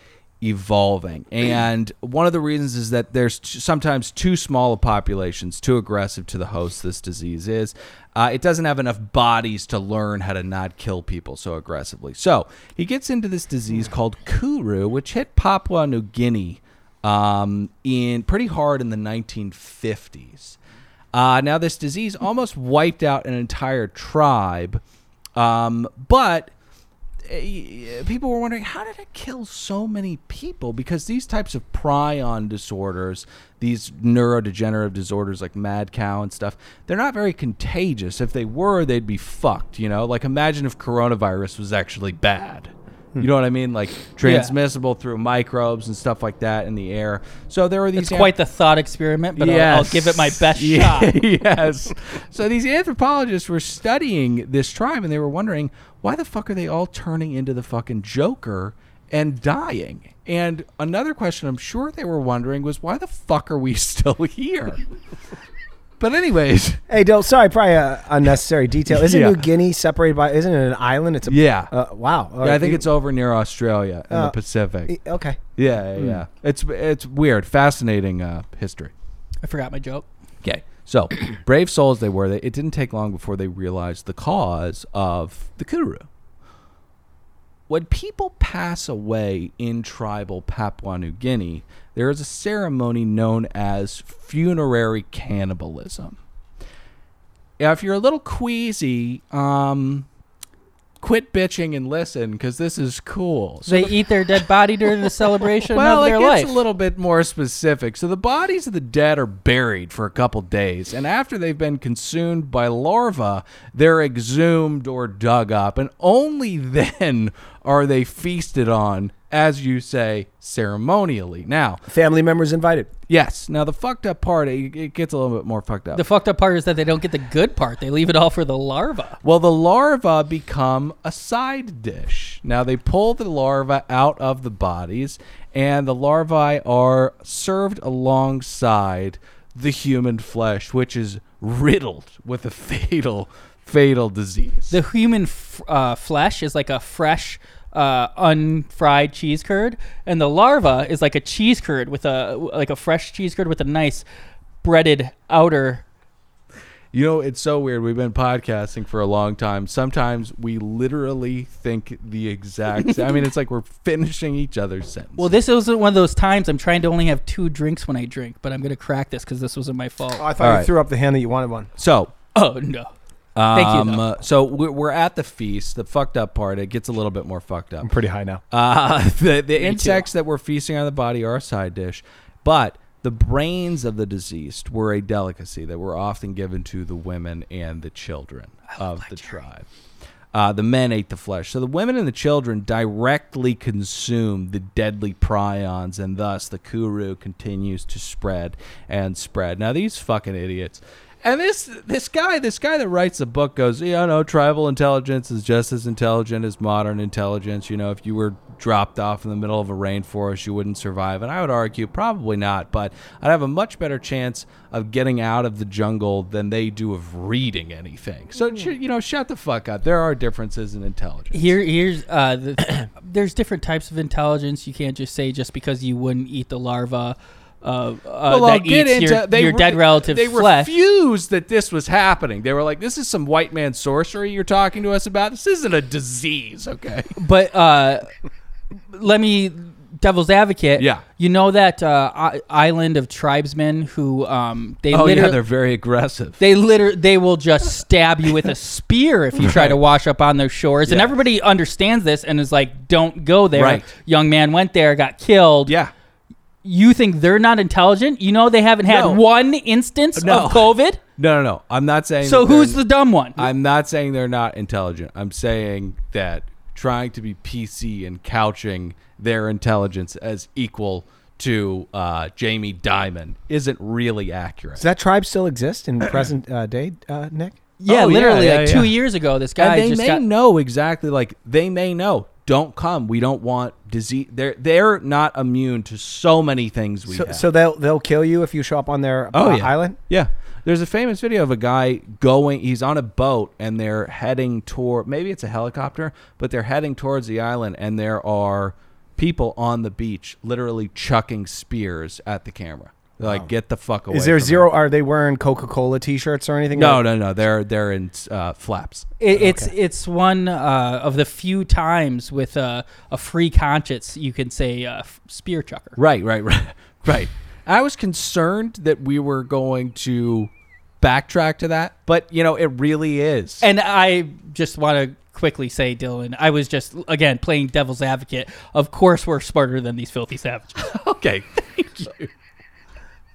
Speaker 2: evolving. And one of the reasons is that there's t- sometimes too small of populations, too aggressive to the host. This disease is. Uh, it doesn't have enough bodies to learn how to not kill people so aggressively. So he gets into this disease called Kuru, which hit Papua New Guinea um, in pretty hard in the 1950s. Uh, now, this disease almost wiped out an entire tribe, um, but eh, people were wondering how did it kill so many people? Because these types of prion disorders, these neurodegenerative disorders like mad cow and stuff, they're not very contagious. If they were, they'd be fucked. You know, like imagine if coronavirus was actually bad.
Speaker 3: Hmm.
Speaker 2: You know what I mean? Like transmissible through microbes and stuff like that in the air. So there were these.
Speaker 3: It's quite the thought experiment, but I'll, I'll give it my best
Speaker 2: Yes.
Speaker 3: shot.
Speaker 2: yes. So these anthropologists were studying this tribe and they were wondering why the fuck are they all turning into the fucking Joker and dying? And another question I'm sure they were wondering was why the fuck are we still here? but anyways,
Speaker 1: Hey, Del, sorry, probably a unnecessary detail. Isn't
Speaker 2: Yeah.
Speaker 1: New Guinea separated by, isn't it an island? It's a,
Speaker 2: Yeah.
Speaker 1: Uh, wow.
Speaker 2: I think it's over near Australia in the Pacific.
Speaker 1: Okay.
Speaker 2: Yeah, yeah, yeah. It's it's weird, fascinating uh, history.
Speaker 3: I forgot my joke.
Speaker 2: Okay. So, brave souls they were. They, it didn't take long before they realized the cause of the kuru. When people pass away in tribal Papua New Guinea, there is a ceremony known as funerary cannibalism. Now, if you're a little queasy, um, quit bitching and listen because this is cool. So
Speaker 3: they eat their dead body during the celebration
Speaker 2: well,
Speaker 3: of
Speaker 2: it
Speaker 3: their
Speaker 2: gets
Speaker 3: life.
Speaker 2: a little bit more specific. So the bodies of the dead are buried for a couple days, and after they've been consumed by larvae, they're exhumed or dug up, and only then are they feasted on, as you say, ceremonially. Now,
Speaker 1: Family members invited.
Speaker 2: yes, now the fucked up part it, it gets a little bit more fucked up.
Speaker 3: the fucked up part is that they don't get the good part. They leave it all for the larva.
Speaker 2: Well, the larvae become a side dish. Now they pull the larvae out of the bodies, and the larvae are served alongside the human flesh, which is riddled with a fatal, fatal disease.
Speaker 3: The human f- uh, flesh is like a fresh, uh, unfried cheese curd, and the larva is like a cheese curd with a like a fresh cheese curd with a nice breaded outer.
Speaker 2: You know, it's so weird. We've been podcasting for a long time. Sometimes we literally think the exact. I mean, it's like we're finishing each other's sentence.
Speaker 3: Well, this is one of those times I'm trying to only have two drinks when I drink, but I'm gonna crack this because this wasn't my fault.
Speaker 1: Oh, I
Speaker 2: All
Speaker 1: thought
Speaker 2: right.
Speaker 1: you threw up the hand that you wanted one.
Speaker 2: so
Speaker 3: Oh no.
Speaker 2: Um,
Speaker 3: Thank you, though.
Speaker 2: uh, so we're, we're at the feast. The fucked up part. It gets a little bit more fucked up.
Speaker 1: I'm pretty high now.
Speaker 2: Uh, the the insects that were feasting on the body are a side dish, but the brains of the deceased were a delicacy that were often given to the women and the children of the tribe. Uh, the men ate the flesh. So the women and the children directly consumed the deadly prions, and thus the kuru continues to spread and spread. Now, these fucking idiots. And this this guy, this guy that writes the book goes, you know, tribal intelligence is just as intelligent as modern intelligence. You know, if you were dropped off in the middle of a rainforest, you wouldn't survive. And I would argue probably not, but I'd have a much better chance of getting out of the jungle than they do of reading anything. So sh- you know, shut the fuck up. There are differences in intelligence.
Speaker 3: Hmm. Here, here's uh, the, there's different types of intelligence. You can't just say just because you wouldn't eat the larva uh, uh,
Speaker 2: Well, I'll
Speaker 3: that
Speaker 2: get
Speaker 3: eats
Speaker 2: into-
Speaker 3: your,
Speaker 2: they
Speaker 3: your
Speaker 2: re-
Speaker 3: dead relative's
Speaker 2: They
Speaker 3: flesh.
Speaker 2: refused that this was happening. They were like, "This is some white man sorcery you're talking to us about. This isn't a disease, okay?"
Speaker 3: But uh, let me devil's advocate.
Speaker 2: Yeah.
Speaker 3: you know that uh, i- island of tribesmen who um, they
Speaker 2: Oh,
Speaker 3: literally
Speaker 2: very aggressive.
Speaker 3: they liter- they will just stab you with a spear if you try to wash up on their shores. And
Speaker 2: Yeah.
Speaker 3: everybody understands this and is like, "Don't go there."
Speaker 2: Right.
Speaker 3: Young man went there, got killed.
Speaker 2: yeah.
Speaker 3: you think they're not intelligent? You know they haven't had
Speaker 2: No.
Speaker 3: one instance
Speaker 2: No.
Speaker 3: of COVID.
Speaker 2: No, no, no. I'm not saying.
Speaker 3: So
Speaker 2: that they're-
Speaker 3: who's the dumb one?
Speaker 2: I'm not saying they're not intelligent. I'm saying that trying to be PC and couching their intelligence as equal to uh, Jamie Dimon isn't really accurate.
Speaker 1: Does that tribe still exist in present uh, day, uh, Nick?
Speaker 3: yeah,
Speaker 2: Oh, yeah,
Speaker 3: literally
Speaker 2: yeah,
Speaker 3: like
Speaker 2: yeah.
Speaker 3: two years ago, this guy
Speaker 2: and they
Speaker 3: just
Speaker 2: may
Speaker 3: got.
Speaker 2: know exactly like they may know don't come we don't want disease they're they're not immune to so many things we
Speaker 1: So,
Speaker 2: have.
Speaker 1: so they'll they'll kill you if you show up on their
Speaker 2: Oh,
Speaker 1: uh,
Speaker 2: yeah.
Speaker 1: island.
Speaker 2: Yeah. There's a famous video of a guy going, he's on a boat and they're heading toward, maybe it's a helicopter, but they're heading towards the island and there are people on the beach literally chucking spears at the camera. They're like, get the fuck away.
Speaker 1: Is there
Speaker 2: from
Speaker 1: zero?
Speaker 2: me."
Speaker 1: Are they wearing Coca Cola T-shirts or anything?
Speaker 2: No,
Speaker 1: Like-
Speaker 2: no, no. They're, they're in uh, flaps.
Speaker 3: It, it's it's one uh, of the few times with uh, a free conscience you can say uh, f- spear chucker.
Speaker 2: Right, right, right, right. I was concerned that we were going to backtrack to that, but, you know, it really is.
Speaker 3: And I just want to quickly say, Dylan, I was just again playing devil's advocate. Of course, we're smarter than these filthy savages.
Speaker 2: okay. Thank you.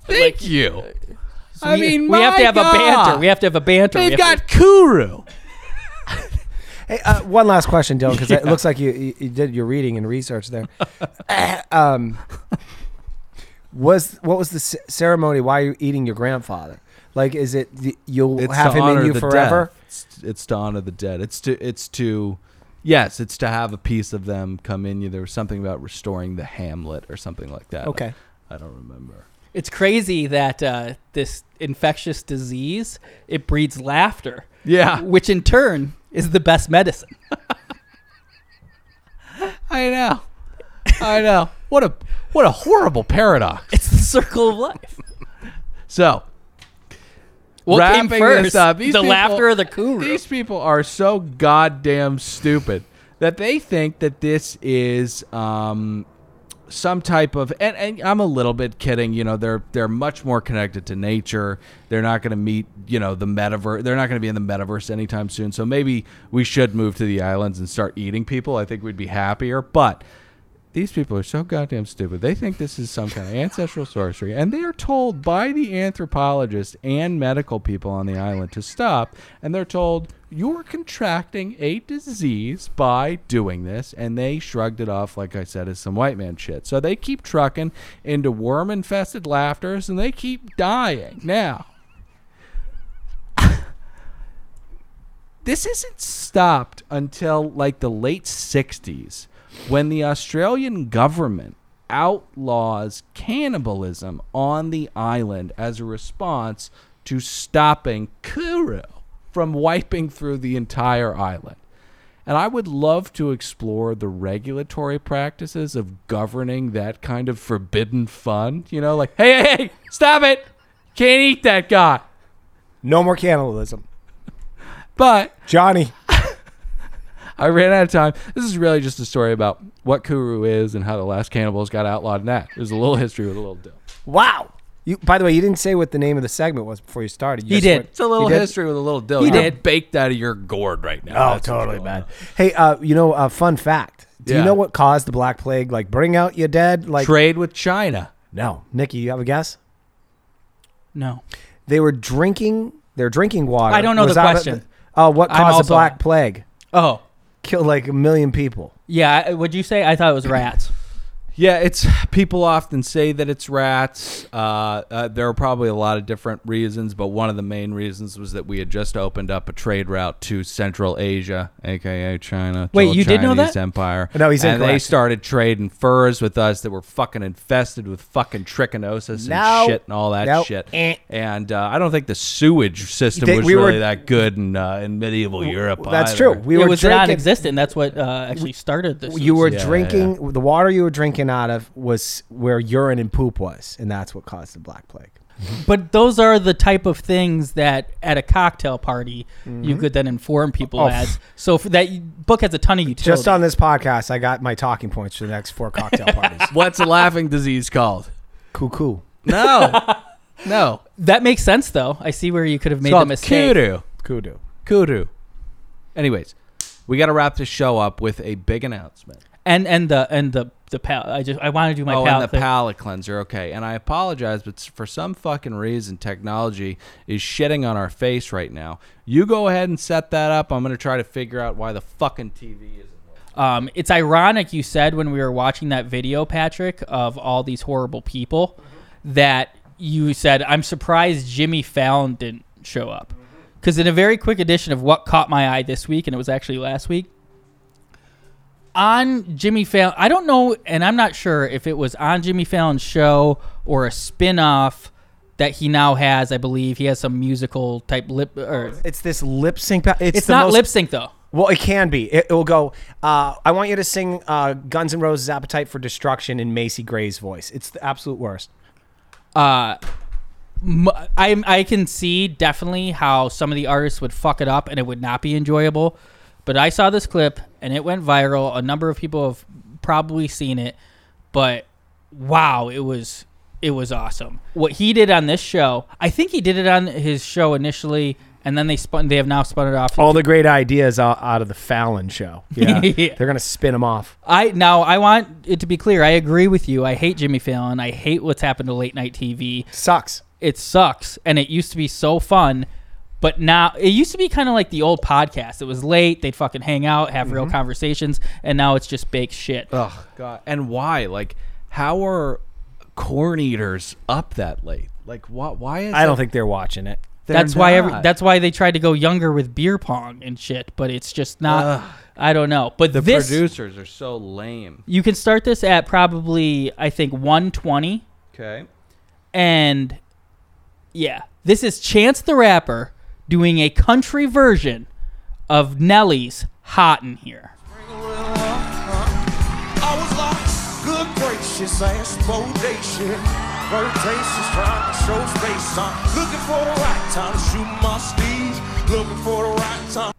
Speaker 2: Thank you. I
Speaker 3: we,
Speaker 2: mean,
Speaker 3: we have
Speaker 2: my
Speaker 3: to have a banter.
Speaker 2: God.
Speaker 3: We have to have a banter. We
Speaker 2: They've
Speaker 3: have to-
Speaker 2: got Kuru.
Speaker 1: Hey, uh, one last question, Dylan, because it looks like you, you, you did your reading and research there. um, was what was the c- ceremony? Why are you eating your grandfather? Like, is it the, you'll have him in you forever?
Speaker 2: dead. It's, it's to honor the dead. It's to it's to yes, it's to have a piece of them come in you. There was something about restoring the Hamlet or something like that.
Speaker 1: Okay.
Speaker 2: I don't remember.
Speaker 3: It's crazy that uh, this infectious disease it breeds laughter,
Speaker 2: Yeah,
Speaker 3: which in turn is the best medicine.
Speaker 2: I know. I know. What a what a horrible paradox.
Speaker 3: It's the circle of life.
Speaker 2: So
Speaker 3: What
Speaker 2: Wrapping
Speaker 3: came
Speaker 2: this
Speaker 3: first,
Speaker 2: up,
Speaker 3: the
Speaker 2: these people-
Speaker 3: laughter or the kuru?
Speaker 2: These people are so goddamn stupid that they think that this is um, some type of and, and I'm a little bit kidding, you know, they're they're much more connected to nature. They're not gonna meet, you know, the metaverse they're not gonna be in the metaverse anytime soon. So maybe we should move to the islands and start eating people. I think we'd be happier. But these people are so goddamn stupid. They think this is some kind of ancestral sorcery, and they are told by the anthropologists and medical people on the island to stop. And they're told you're contracting a disease by doing this, and they shrugged it off, like I said, as some white man shit. So they keep trucking into worm-infested laughters, and they keep dying. Now, this isn't stopped until like the late 60s when the Australian government outlaws cannibalism on the island as a response to stopping Kuru from wiping through the entire island. And I would love to explore the regulatory practices of governing that kind of forbidden fun. You know, like, hey, hey, hey, stop it! Can't eat that guy.
Speaker 1: No more cannibalism.
Speaker 2: But
Speaker 1: Johnny,
Speaker 2: I ran out of time. This is really just a story about what Kuru is and how the last cannibals got outlawed in that. There's a little history with a little dill.
Speaker 1: wow. You, by the way, you didn't say what the name of the segment was before you started. You
Speaker 3: He
Speaker 1: just
Speaker 3: did.
Speaker 1: went-
Speaker 2: It's a little
Speaker 1: You did?
Speaker 2: history with a little dill.
Speaker 3: He
Speaker 2: You're
Speaker 3: did.
Speaker 2: baked out of your gourd right now.
Speaker 1: Oh,
Speaker 2: That's what's
Speaker 1: totally
Speaker 2: going
Speaker 1: bad.
Speaker 2: on.
Speaker 1: Hey, uh, you know, uh, fun fact. Do
Speaker 2: Yeah.
Speaker 1: you know what caused the Black Plague? Like, bring out your dead. Like,
Speaker 2: Trade with China.
Speaker 1: no, Nikki, you have a guess?
Speaker 3: No.
Speaker 1: They were drinking. Their drinking water.
Speaker 3: I don't know
Speaker 1: was
Speaker 3: the
Speaker 1: out of
Speaker 3: question.
Speaker 1: Oh, what
Speaker 3: I'm
Speaker 1: caused the
Speaker 3: also-
Speaker 1: Black Plague?
Speaker 3: Oh,
Speaker 1: Killed like a million people.
Speaker 3: yeah. I- What'd you say? I thought it was rats.
Speaker 2: Yeah, it's people often say that it's rats. Uh, uh, there are probably a lot of different reasons, but one of the main reasons was that we had just opened up a trade route to Central Asia, aka China.
Speaker 3: Wait,
Speaker 2: to the
Speaker 3: you did know
Speaker 2: Chinese
Speaker 3: that?
Speaker 2: Empire.
Speaker 1: No, he's
Speaker 2: and they
Speaker 1: incorrect.
Speaker 2: started trading furs with us that were fucking infested with fucking trichinosis
Speaker 1: No.
Speaker 2: and shit and all that
Speaker 1: No.
Speaker 2: shit.
Speaker 1: Eh.
Speaker 2: And uh, I don't think the sewage system
Speaker 1: They-
Speaker 2: was
Speaker 1: we were-
Speaker 2: really that good in uh, in medieval Europe.
Speaker 1: That's true.
Speaker 2: either.
Speaker 1: We
Speaker 3: it
Speaker 1: were
Speaker 3: was
Speaker 1: drinking.
Speaker 3: non-existent. That's what uh, actually started this.
Speaker 1: You were
Speaker 2: Yeah, yeah,
Speaker 1: drinking the water you were drinking out of was where urine and poop was, and that's what caused the Black Plague.
Speaker 3: but those are the type of things that at a cocktail party you could then inform people
Speaker 1: Mm-hmm. Oh,
Speaker 3: as. So for that you- book has a ton of utility.
Speaker 1: Just on this podcast, I got my talking points for the next four cocktail parties.
Speaker 2: What's a laughing disease called?
Speaker 1: Cuckoo.
Speaker 2: No, no.
Speaker 3: that makes sense though. I see where you could have made
Speaker 2: it's
Speaker 3: the
Speaker 2: called
Speaker 3: mistake.
Speaker 2: Kudu.
Speaker 1: Kudu.
Speaker 2: Kudu. Anyways, we got to wrap this show up with a big announcement.
Speaker 3: And and the and the the pal. I just I want to do my
Speaker 2: oh,
Speaker 3: pal.
Speaker 2: and the palate cleanser. Okay, and I apologize, but s- for some fucking reason, technology is shitting on our face right now. You go ahead and set that up. I'm gonna try to figure out why the fucking TV isn't. working.
Speaker 3: Um, it's ironic you said when we were watching that video, Patrick, of all these horrible people,
Speaker 2: Mm-hmm.
Speaker 3: that you said, I'm surprised Jimmy Fallon didn't show up.
Speaker 2: Mm-hmm.
Speaker 3: Because in a very quick edition of what caught my eye this week, and it was actually last week, on Jimmy Fallon, I don't know, and I'm not sure if it was on Jimmy Fallon's show or a spin off that he now has. I believe he has some musical type lip. Or,
Speaker 1: It's this lip sync. Pa- it's
Speaker 3: it's
Speaker 1: the
Speaker 3: not
Speaker 1: most-
Speaker 3: lip sync, though.
Speaker 1: Well, it can be. It, it will go. Uh, I want you to sing uh, Guns N' Roses' "Appetite for Destruction" in Macy Gray's voice. It's the absolute worst.
Speaker 3: m- I I can see definitely how some of the artists would fuck it up and it would not be enjoyable. But I saw this clip and it went viral. A number of people have probably seen it, but wow, it was it was awesome. What he did on this show, I think he did it on his show initially, and then they spun. They have now spun it off.
Speaker 1: All the great ideas out, out of the Fallon show. Yeah,
Speaker 3: Yeah.
Speaker 1: they're gonna spin them off.
Speaker 3: I now I want it to be clear. I agree with you. I hate Jimmy Fallon. I hate what's happened to late night TV.
Speaker 1: Sucks.
Speaker 3: it sucks and it used to be so fun but now it used to be kind of like the old podcast it was late they'd fucking hang out have real conversations and now it's just baked shit
Speaker 2: Ugh, God. And why? Like, how are corn eaters up that late? Like, what? Why is?
Speaker 1: I don't think they're watching it.
Speaker 3: that's why every, that's why they tried to go younger with beer pong and shit but it's just not i don't know but
Speaker 2: the
Speaker 3: this
Speaker 2: producers are so lame.
Speaker 3: you can start this at probably i think 120
Speaker 2: Okay.
Speaker 3: and yeah this is chance the rapper doing a country version of nelly's hot in here
Speaker 5: uh, I was like, good gracious, ass bodacious. Vertacious, trying to show space. I'm looking for the right time to shoot my steeds. Looking for the right time.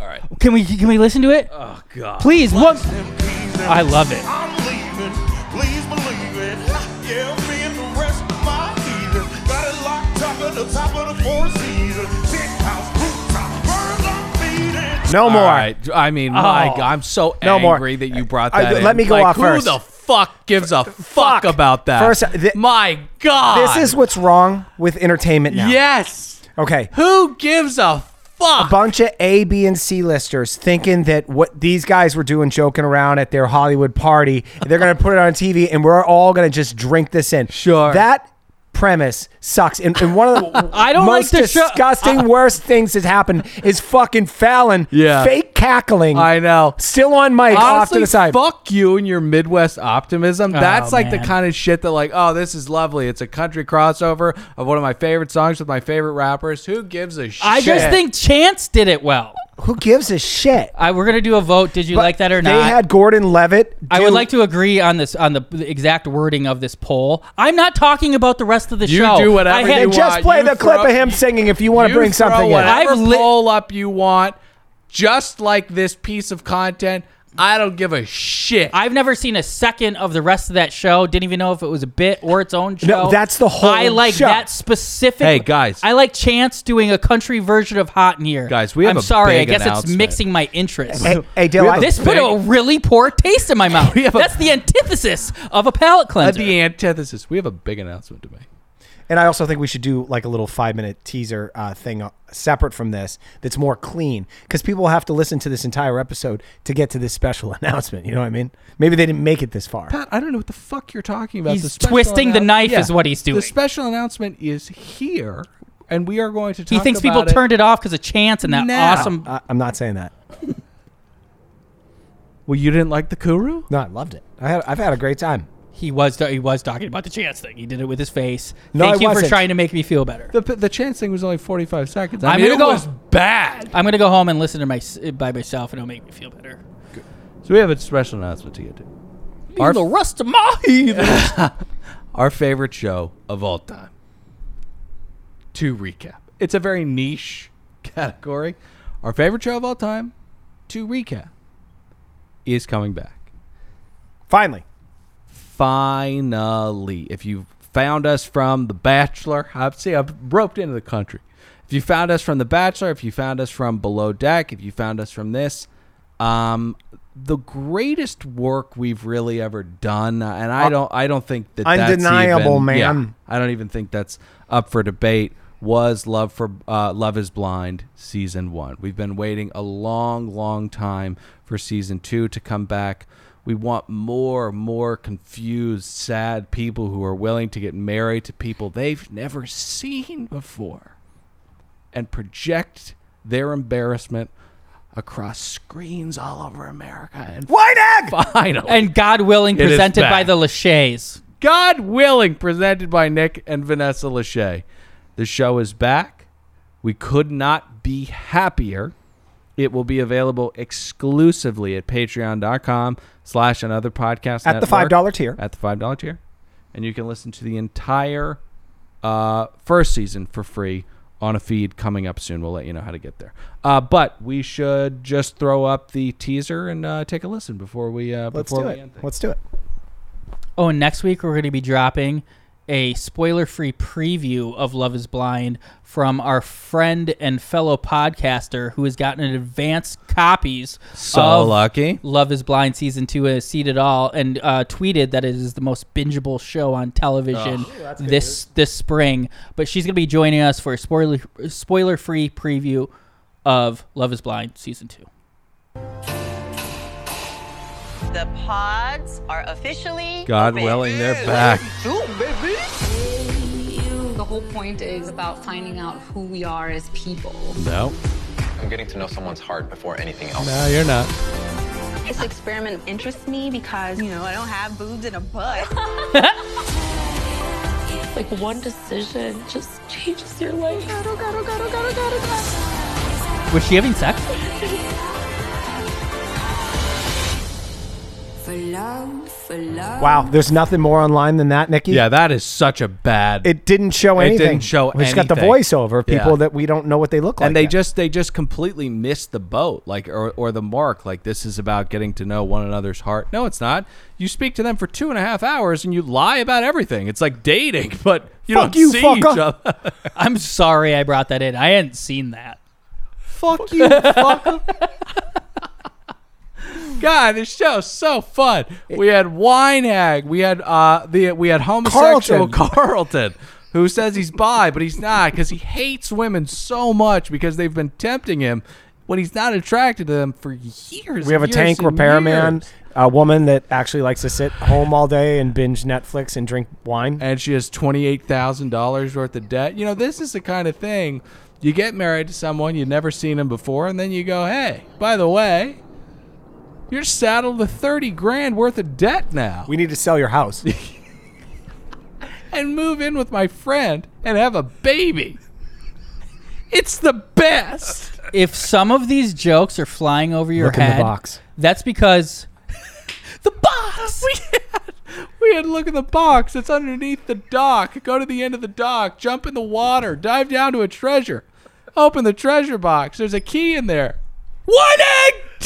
Speaker 2: All right.
Speaker 3: Can we can we listen to it?
Speaker 2: Oh God.
Speaker 3: Please, what?
Speaker 5: Them keys and
Speaker 3: I love it.
Speaker 5: I'm leaving. please believe it. Yeah, me and the rest of my heathen. Got it locked up at the top of the four seasons. Tick house, rooftop, birds I'm feeding.
Speaker 1: No more.
Speaker 2: All right. I mean, my
Speaker 1: Oh.
Speaker 2: God, I'm so
Speaker 1: No
Speaker 2: angry
Speaker 1: more.
Speaker 2: that you brought
Speaker 1: I-
Speaker 2: that. in.
Speaker 1: let me go
Speaker 2: Like,
Speaker 1: off
Speaker 2: who
Speaker 1: first.
Speaker 2: the fuck gives a fuck,
Speaker 1: fuck.
Speaker 2: about that?
Speaker 1: First, thi-
Speaker 2: my God,
Speaker 1: This is what's wrong with entertainment now.
Speaker 2: yes.
Speaker 1: Okay.
Speaker 2: Who gives a fuck?
Speaker 1: bunch of A, B, and C listers thinking that what these guys were doing, joking around at their Hollywood party, they're going to put it on TV and we're all going to just drink this in.
Speaker 2: Sure.
Speaker 1: That premise sucks. And, and one of the
Speaker 3: I don't
Speaker 1: most
Speaker 3: like the show-
Speaker 1: disgusting, worst things that's happened is fucking Fallon
Speaker 2: Yeah.
Speaker 1: fake cackling.
Speaker 2: I know.
Speaker 1: Still on mic off to
Speaker 2: Honestly,
Speaker 1: the side. Oh,
Speaker 2: fuck you and your Midwest optimism. That's like
Speaker 3: man.
Speaker 2: the kind of shit that, like, oh, this is lovely. It's a country crossover of one of my favorite songs with my favorite rappers. Who gives a shit?
Speaker 3: I just think Chance did it well.
Speaker 1: Who gives a shit?
Speaker 3: I, we're gonna do a vote. Did you like that or
Speaker 1: they
Speaker 3: not?
Speaker 1: They had Gordon Levitt.
Speaker 3: I
Speaker 1: do-
Speaker 3: would like to agree on this on the, the exact wording of this poll. I'm not talking about the rest of the
Speaker 2: You
Speaker 3: show.
Speaker 2: do whatever
Speaker 3: I
Speaker 2: you
Speaker 1: And just
Speaker 2: want.
Speaker 1: play
Speaker 2: You
Speaker 1: the clip
Speaker 2: throw-
Speaker 1: of him singing if you want to
Speaker 2: You
Speaker 1: bring
Speaker 2: throw
Speaker 1: something in.
Speaker 2: whatever
Speaker 3: I've lit-
Speaker 2: poll up you want, just like this piece of content. I don't give a shit.
Speaker 3: I've never seen a second of the rest of that show. Didn't even know if it was a bit or its own show.
Speaker 1: that's the whole
Speaker 3: I like
Speaker 1: show.
Speaker 3: that specific.
Speaker 2: Hey, guys.
Speaker 3: I like Chance doing a country version of Hot in Here.
Speaker 2: Guys, we have
Speaker 3: I'm
Speaker 2: a
Speaker 3: sorry. I
Speaker 2: big
Speaker 3: guess it's
Speaker 2: announcement.
Speaker 3: mixing my interest.
Speaker 1: Hey, hey Dale,
Speaker 2: We
Speaker 1: I-
Speaker 2: have a
Speaker 3: this put
Speaker 2: big-
Speaker 3: a really poor taste in my mouth.
Speaker 2: We have a-
Speaker 3: That's the antithesis of a palate
Speaker 2: At
Speaker 3: cleanser.
Speaker 2: the antithesis, we have a big announcement to make.
Speaker 1: And I also think we should do like a little five minute teaser uh, thing uh, separate from this that's more clean because people have to listen to this entire episode to get to this special announcement. You know what I mean? Maybe they didn't make it this far.
Speaker 2: Pat, I don't know what the fuck you're talking about.
Speaker 3: He's
Speaker 2: The special
Speaker 3: twisting the
Speaker 2: annou-
Speaker 3: knife is what he's doing.
Speaker 2: The special announcement is here, and we are going to talk
Speaker 3: he thinks people
Speaker 2: about it.
Speaker 3: turned it off because of Chance and that
Speaker 2: now.
Speaker 3: awesome.
Speaker 1: I, I'm not saying that.
Speaker 2: Well, you didn't like the Kuru?
Speaker 1: No, I loved it. I had, I've had a great time.
Speaker 3: He was he was talking about the Chance thing. He did it with his face.
Speaker 1: No,
Speaker 3: Thank
Speaker 1: I
Speaker 3: you for
Speaker 1: wasn't.
Speaker 3: trying to make me feel better.
Speaker 2: The, the chance thing was only 45 seconds. I
Speaker 3: I'm
Speaker 2: mean,
Speaker 3: gonna
Speaker 2: it
Speaker 3: go-
Speaker 2: was bad.
Speaker 3: I'm gonna go home and listen to my by myself, and it'll make me feel better.
Speaker 2: So we have a special announcement to get to.
Speaker 3: Or the rest of my heathens.
Speaker 2: Our favorite show of all time. To recap, it's a very niche category. Our favorite show of all time, to recap, is coming back.
Speaker 1: Finally.
Speaker 2: finally if you found us from the bachelor i'd say i've roped into the country if you found us from the bachelor if you found us from below deck if you found us from this um the greatest work we've really ever done uh, and i don't i don't think that
Speaker 1: Undeniable,
Speaker 2: that's even, yeah,
Speaker 1: man.
Speaker 2: i don't even think that's up for debate was love for uh, love is blind season one we've been waiting a long long time for season two to come back we want more more confused sad people who are willing to get married to people they've never seen before and project their embarrassment across screens all over america and
Speaker 1: White egg!
Speaker 2: finally
Speaker 3: and God willing,
Speaker 2: It is
Speaker 3: presented by
Speaker 2: back.
Speaker 3: the Lachey's.
Speaker 2: God willing, presented by Nick and Vanessa Lachey. The show is back. We could not be happier. It will be available exclusively at patreon.com slash another podcast.
Speaker 1: At the
Speaker 2: network.
Speaker 1: $5 tier.
Speaker 2: At the $5 tier. And you can listen to the entire uh, first season for free on a feed coming up soon. We'll let you know how to get there. Uh, but we should just throw up the teaser and uh, take a listen before we uh,
Speaker 1: Let's
Speaker 2: before
Speaker 1: do
Speaker 2: we
Speaker 1: it.
Speaker 2: end things.
Speaker 1: Let's do it.
Speaker 3: Oh, and next week we're going to be dropping a spoiler-free preview of Love Is Blind from our friend and fellow podcaster who has gotten advanced copies
Speaker 2: So
Speaker 3: of
Speaker 2: lucky.
Speaker 3: Love Is Blind season two has seen it all and uh, tweeted that it is the most bingeable show on television this this spring. But she's going to be joining us for a spoiler spoiler free preview of Love Is Blind season two.
Speaker 6: The pods are officially
Speaker 2: God
Speaker 6: open.
Speaker 2: willing, they're back.
Speaker 7: The whole point is about finding out who we are as people.
Speaker 2: No.
Speaker 8: I'm getting to know someone's heart before anything else.
Speaker 2: No, you're not.
Speaker 9: This experiment interests me because, you know, I don't have boobs and a butt.
Speaker 10: Like one decision just changes your life.
Speaker 3: Was she having sex?
Speaker 1: Wow, there's nothing more online than that, Nikki.
Speaker 2: Yeah, that is such a bad.
Speaker 1: It didn't show
Speaker 2: It
Speaker 1: anything.
Speaker 2: didn't show
Speaker 1: We just got the
Speaker 2: anything.
Speaker 1: voiceover of people
Speaker 2: Yeah.
Speaker 1: that we don't know what they look like.
Speaker 2: and they
Speaker 1: yet.
Speaker 2: just they just completely missed the boat, like or or the mark. Like this is about getting to know one another's heart. No, it's not. You speak to them for two and a half hours and you lie about everything. It's like dating, but you
Speaker 1: Fuck
Speaker 2: don't
Speaker 1: you,
Speaker 2: see each
Speaker 1: fucker.
Speaker 2: other.
Speaker 3: I'm sorry I brought that in. I hadn't seen that.
Speaker 2: Fuck you, fucker. God, this show's so fun. We had Weinhag. We had uh the we had homosexual
Speaker 1: Carlton.
Speaker 2: Carlton, who says he's bi, but he's not because he hates women so much because they've been tempting him when he's not attracted to them for years.
Speaker 1: we have a
Speaker 2: years
Speaker 1: tank
Speaker 2: and
Speaker 1: repairman,
Speaker 2: years.
Speaker 1: a woman that actually likes to sit home all day and binge Netflix and drink wine.
Speaker 2: and she has twenty eight thousand dollars worth of debt. You know, this is the kind of thing you get married to someone you've never seen him before, and then you go, "Hey, by the way, you're saddled with thirty grand worth of debt now,
Speaker 1: We need to sell your house.
Speaker 2: and move in with my friend and have a baby." It's the best.
Speaker 3: If some of these jokes are flying over your
Speaker 1: Look in the
Speaker 3: head,
Speaker 1: box.
Speaker 3: that's because the box.
Speaker 2: We had, we had look in the box. It's underneath the dock. Go to the end of the dock. Jump in the water. Dive down to a treasure. Open the treasure box. There's a key in there. One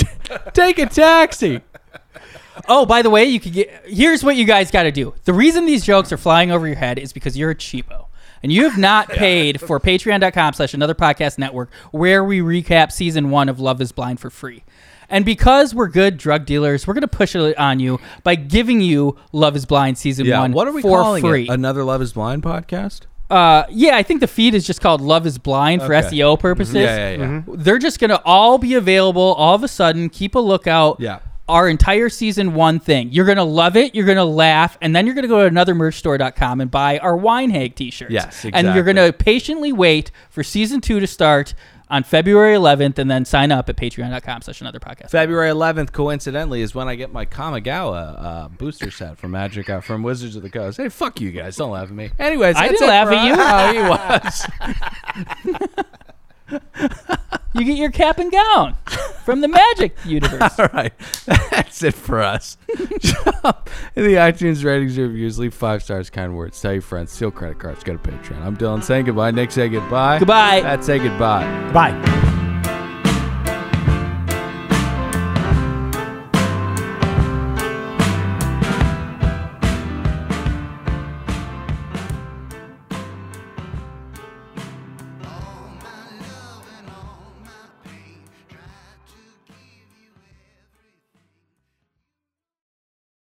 Speaker 2: egg. Take a taxi.
Speaker 3: Oh, by the way, you could get. Here's what you guys got to do. The reason these jokes are flying over your head is because you're a cheapo, and you have not paid for Patreon.com/slash Another Podcast Network, where we recap season one of Love Is Blind for free. And because we're good drug dealers, we're gonna push it on you by giving you Love Is Blind season one for free.
Speaker 2: Another Love Is Blind podcast?
Speaker 3: uh, yeah, I think the feed is just called Love Is Blind for
Speaker 2: Okay. Mm-hmm.
Speaker 3: SEO purposes.
Speaker 2: Yeah, yeah, yeah.
Speaker 3: They're just gonna all be available all of a sudden. Keep a lookout.
Speaker 2: Yeah.
Speaker 3: Our entire season one thing. You're gonna love it. You're gonna laugh, and then you're gonna go to anothermerchstore.com and buy our Winehag t-shirts.
Speaker 2: Yes,
Speaker 3: And you're
Speaker 2: exactly.
Speaker 3: gonna patiently wait for season two to start on February 11th, and then sign up at Patreon.com/slash Another Podcast.
Speaker 2: February 11th, coincidentally, is when I get my Kamigawa uh, booster set from Magic uh, from Wizards of the Coast. Hey, fuck you guys! Don't laugh at me. Anyways,
Speaker 3: I
Speaker 2: that's
Speaker 3: didn't
Speaker 2: it
Speaker 3: laugh
Speaker 2: for us. Oh,
Speaker 3: at you.
Speaker 2: he was.
Speaker 3: You get your cap and gown from the Magic universe.
Speaker 2: All right. That's it for us. Jump in the iTunes ratings and reviews. Leave five stars, kind words. Tell your friends. Steal credit cards. Go to Patreon. I'm Dylan saying goodbye. Nick say goodbye.
Speaker 3: Goodbye.
Speaker 2: Pat say goodbye.
Speaker 1: Bye.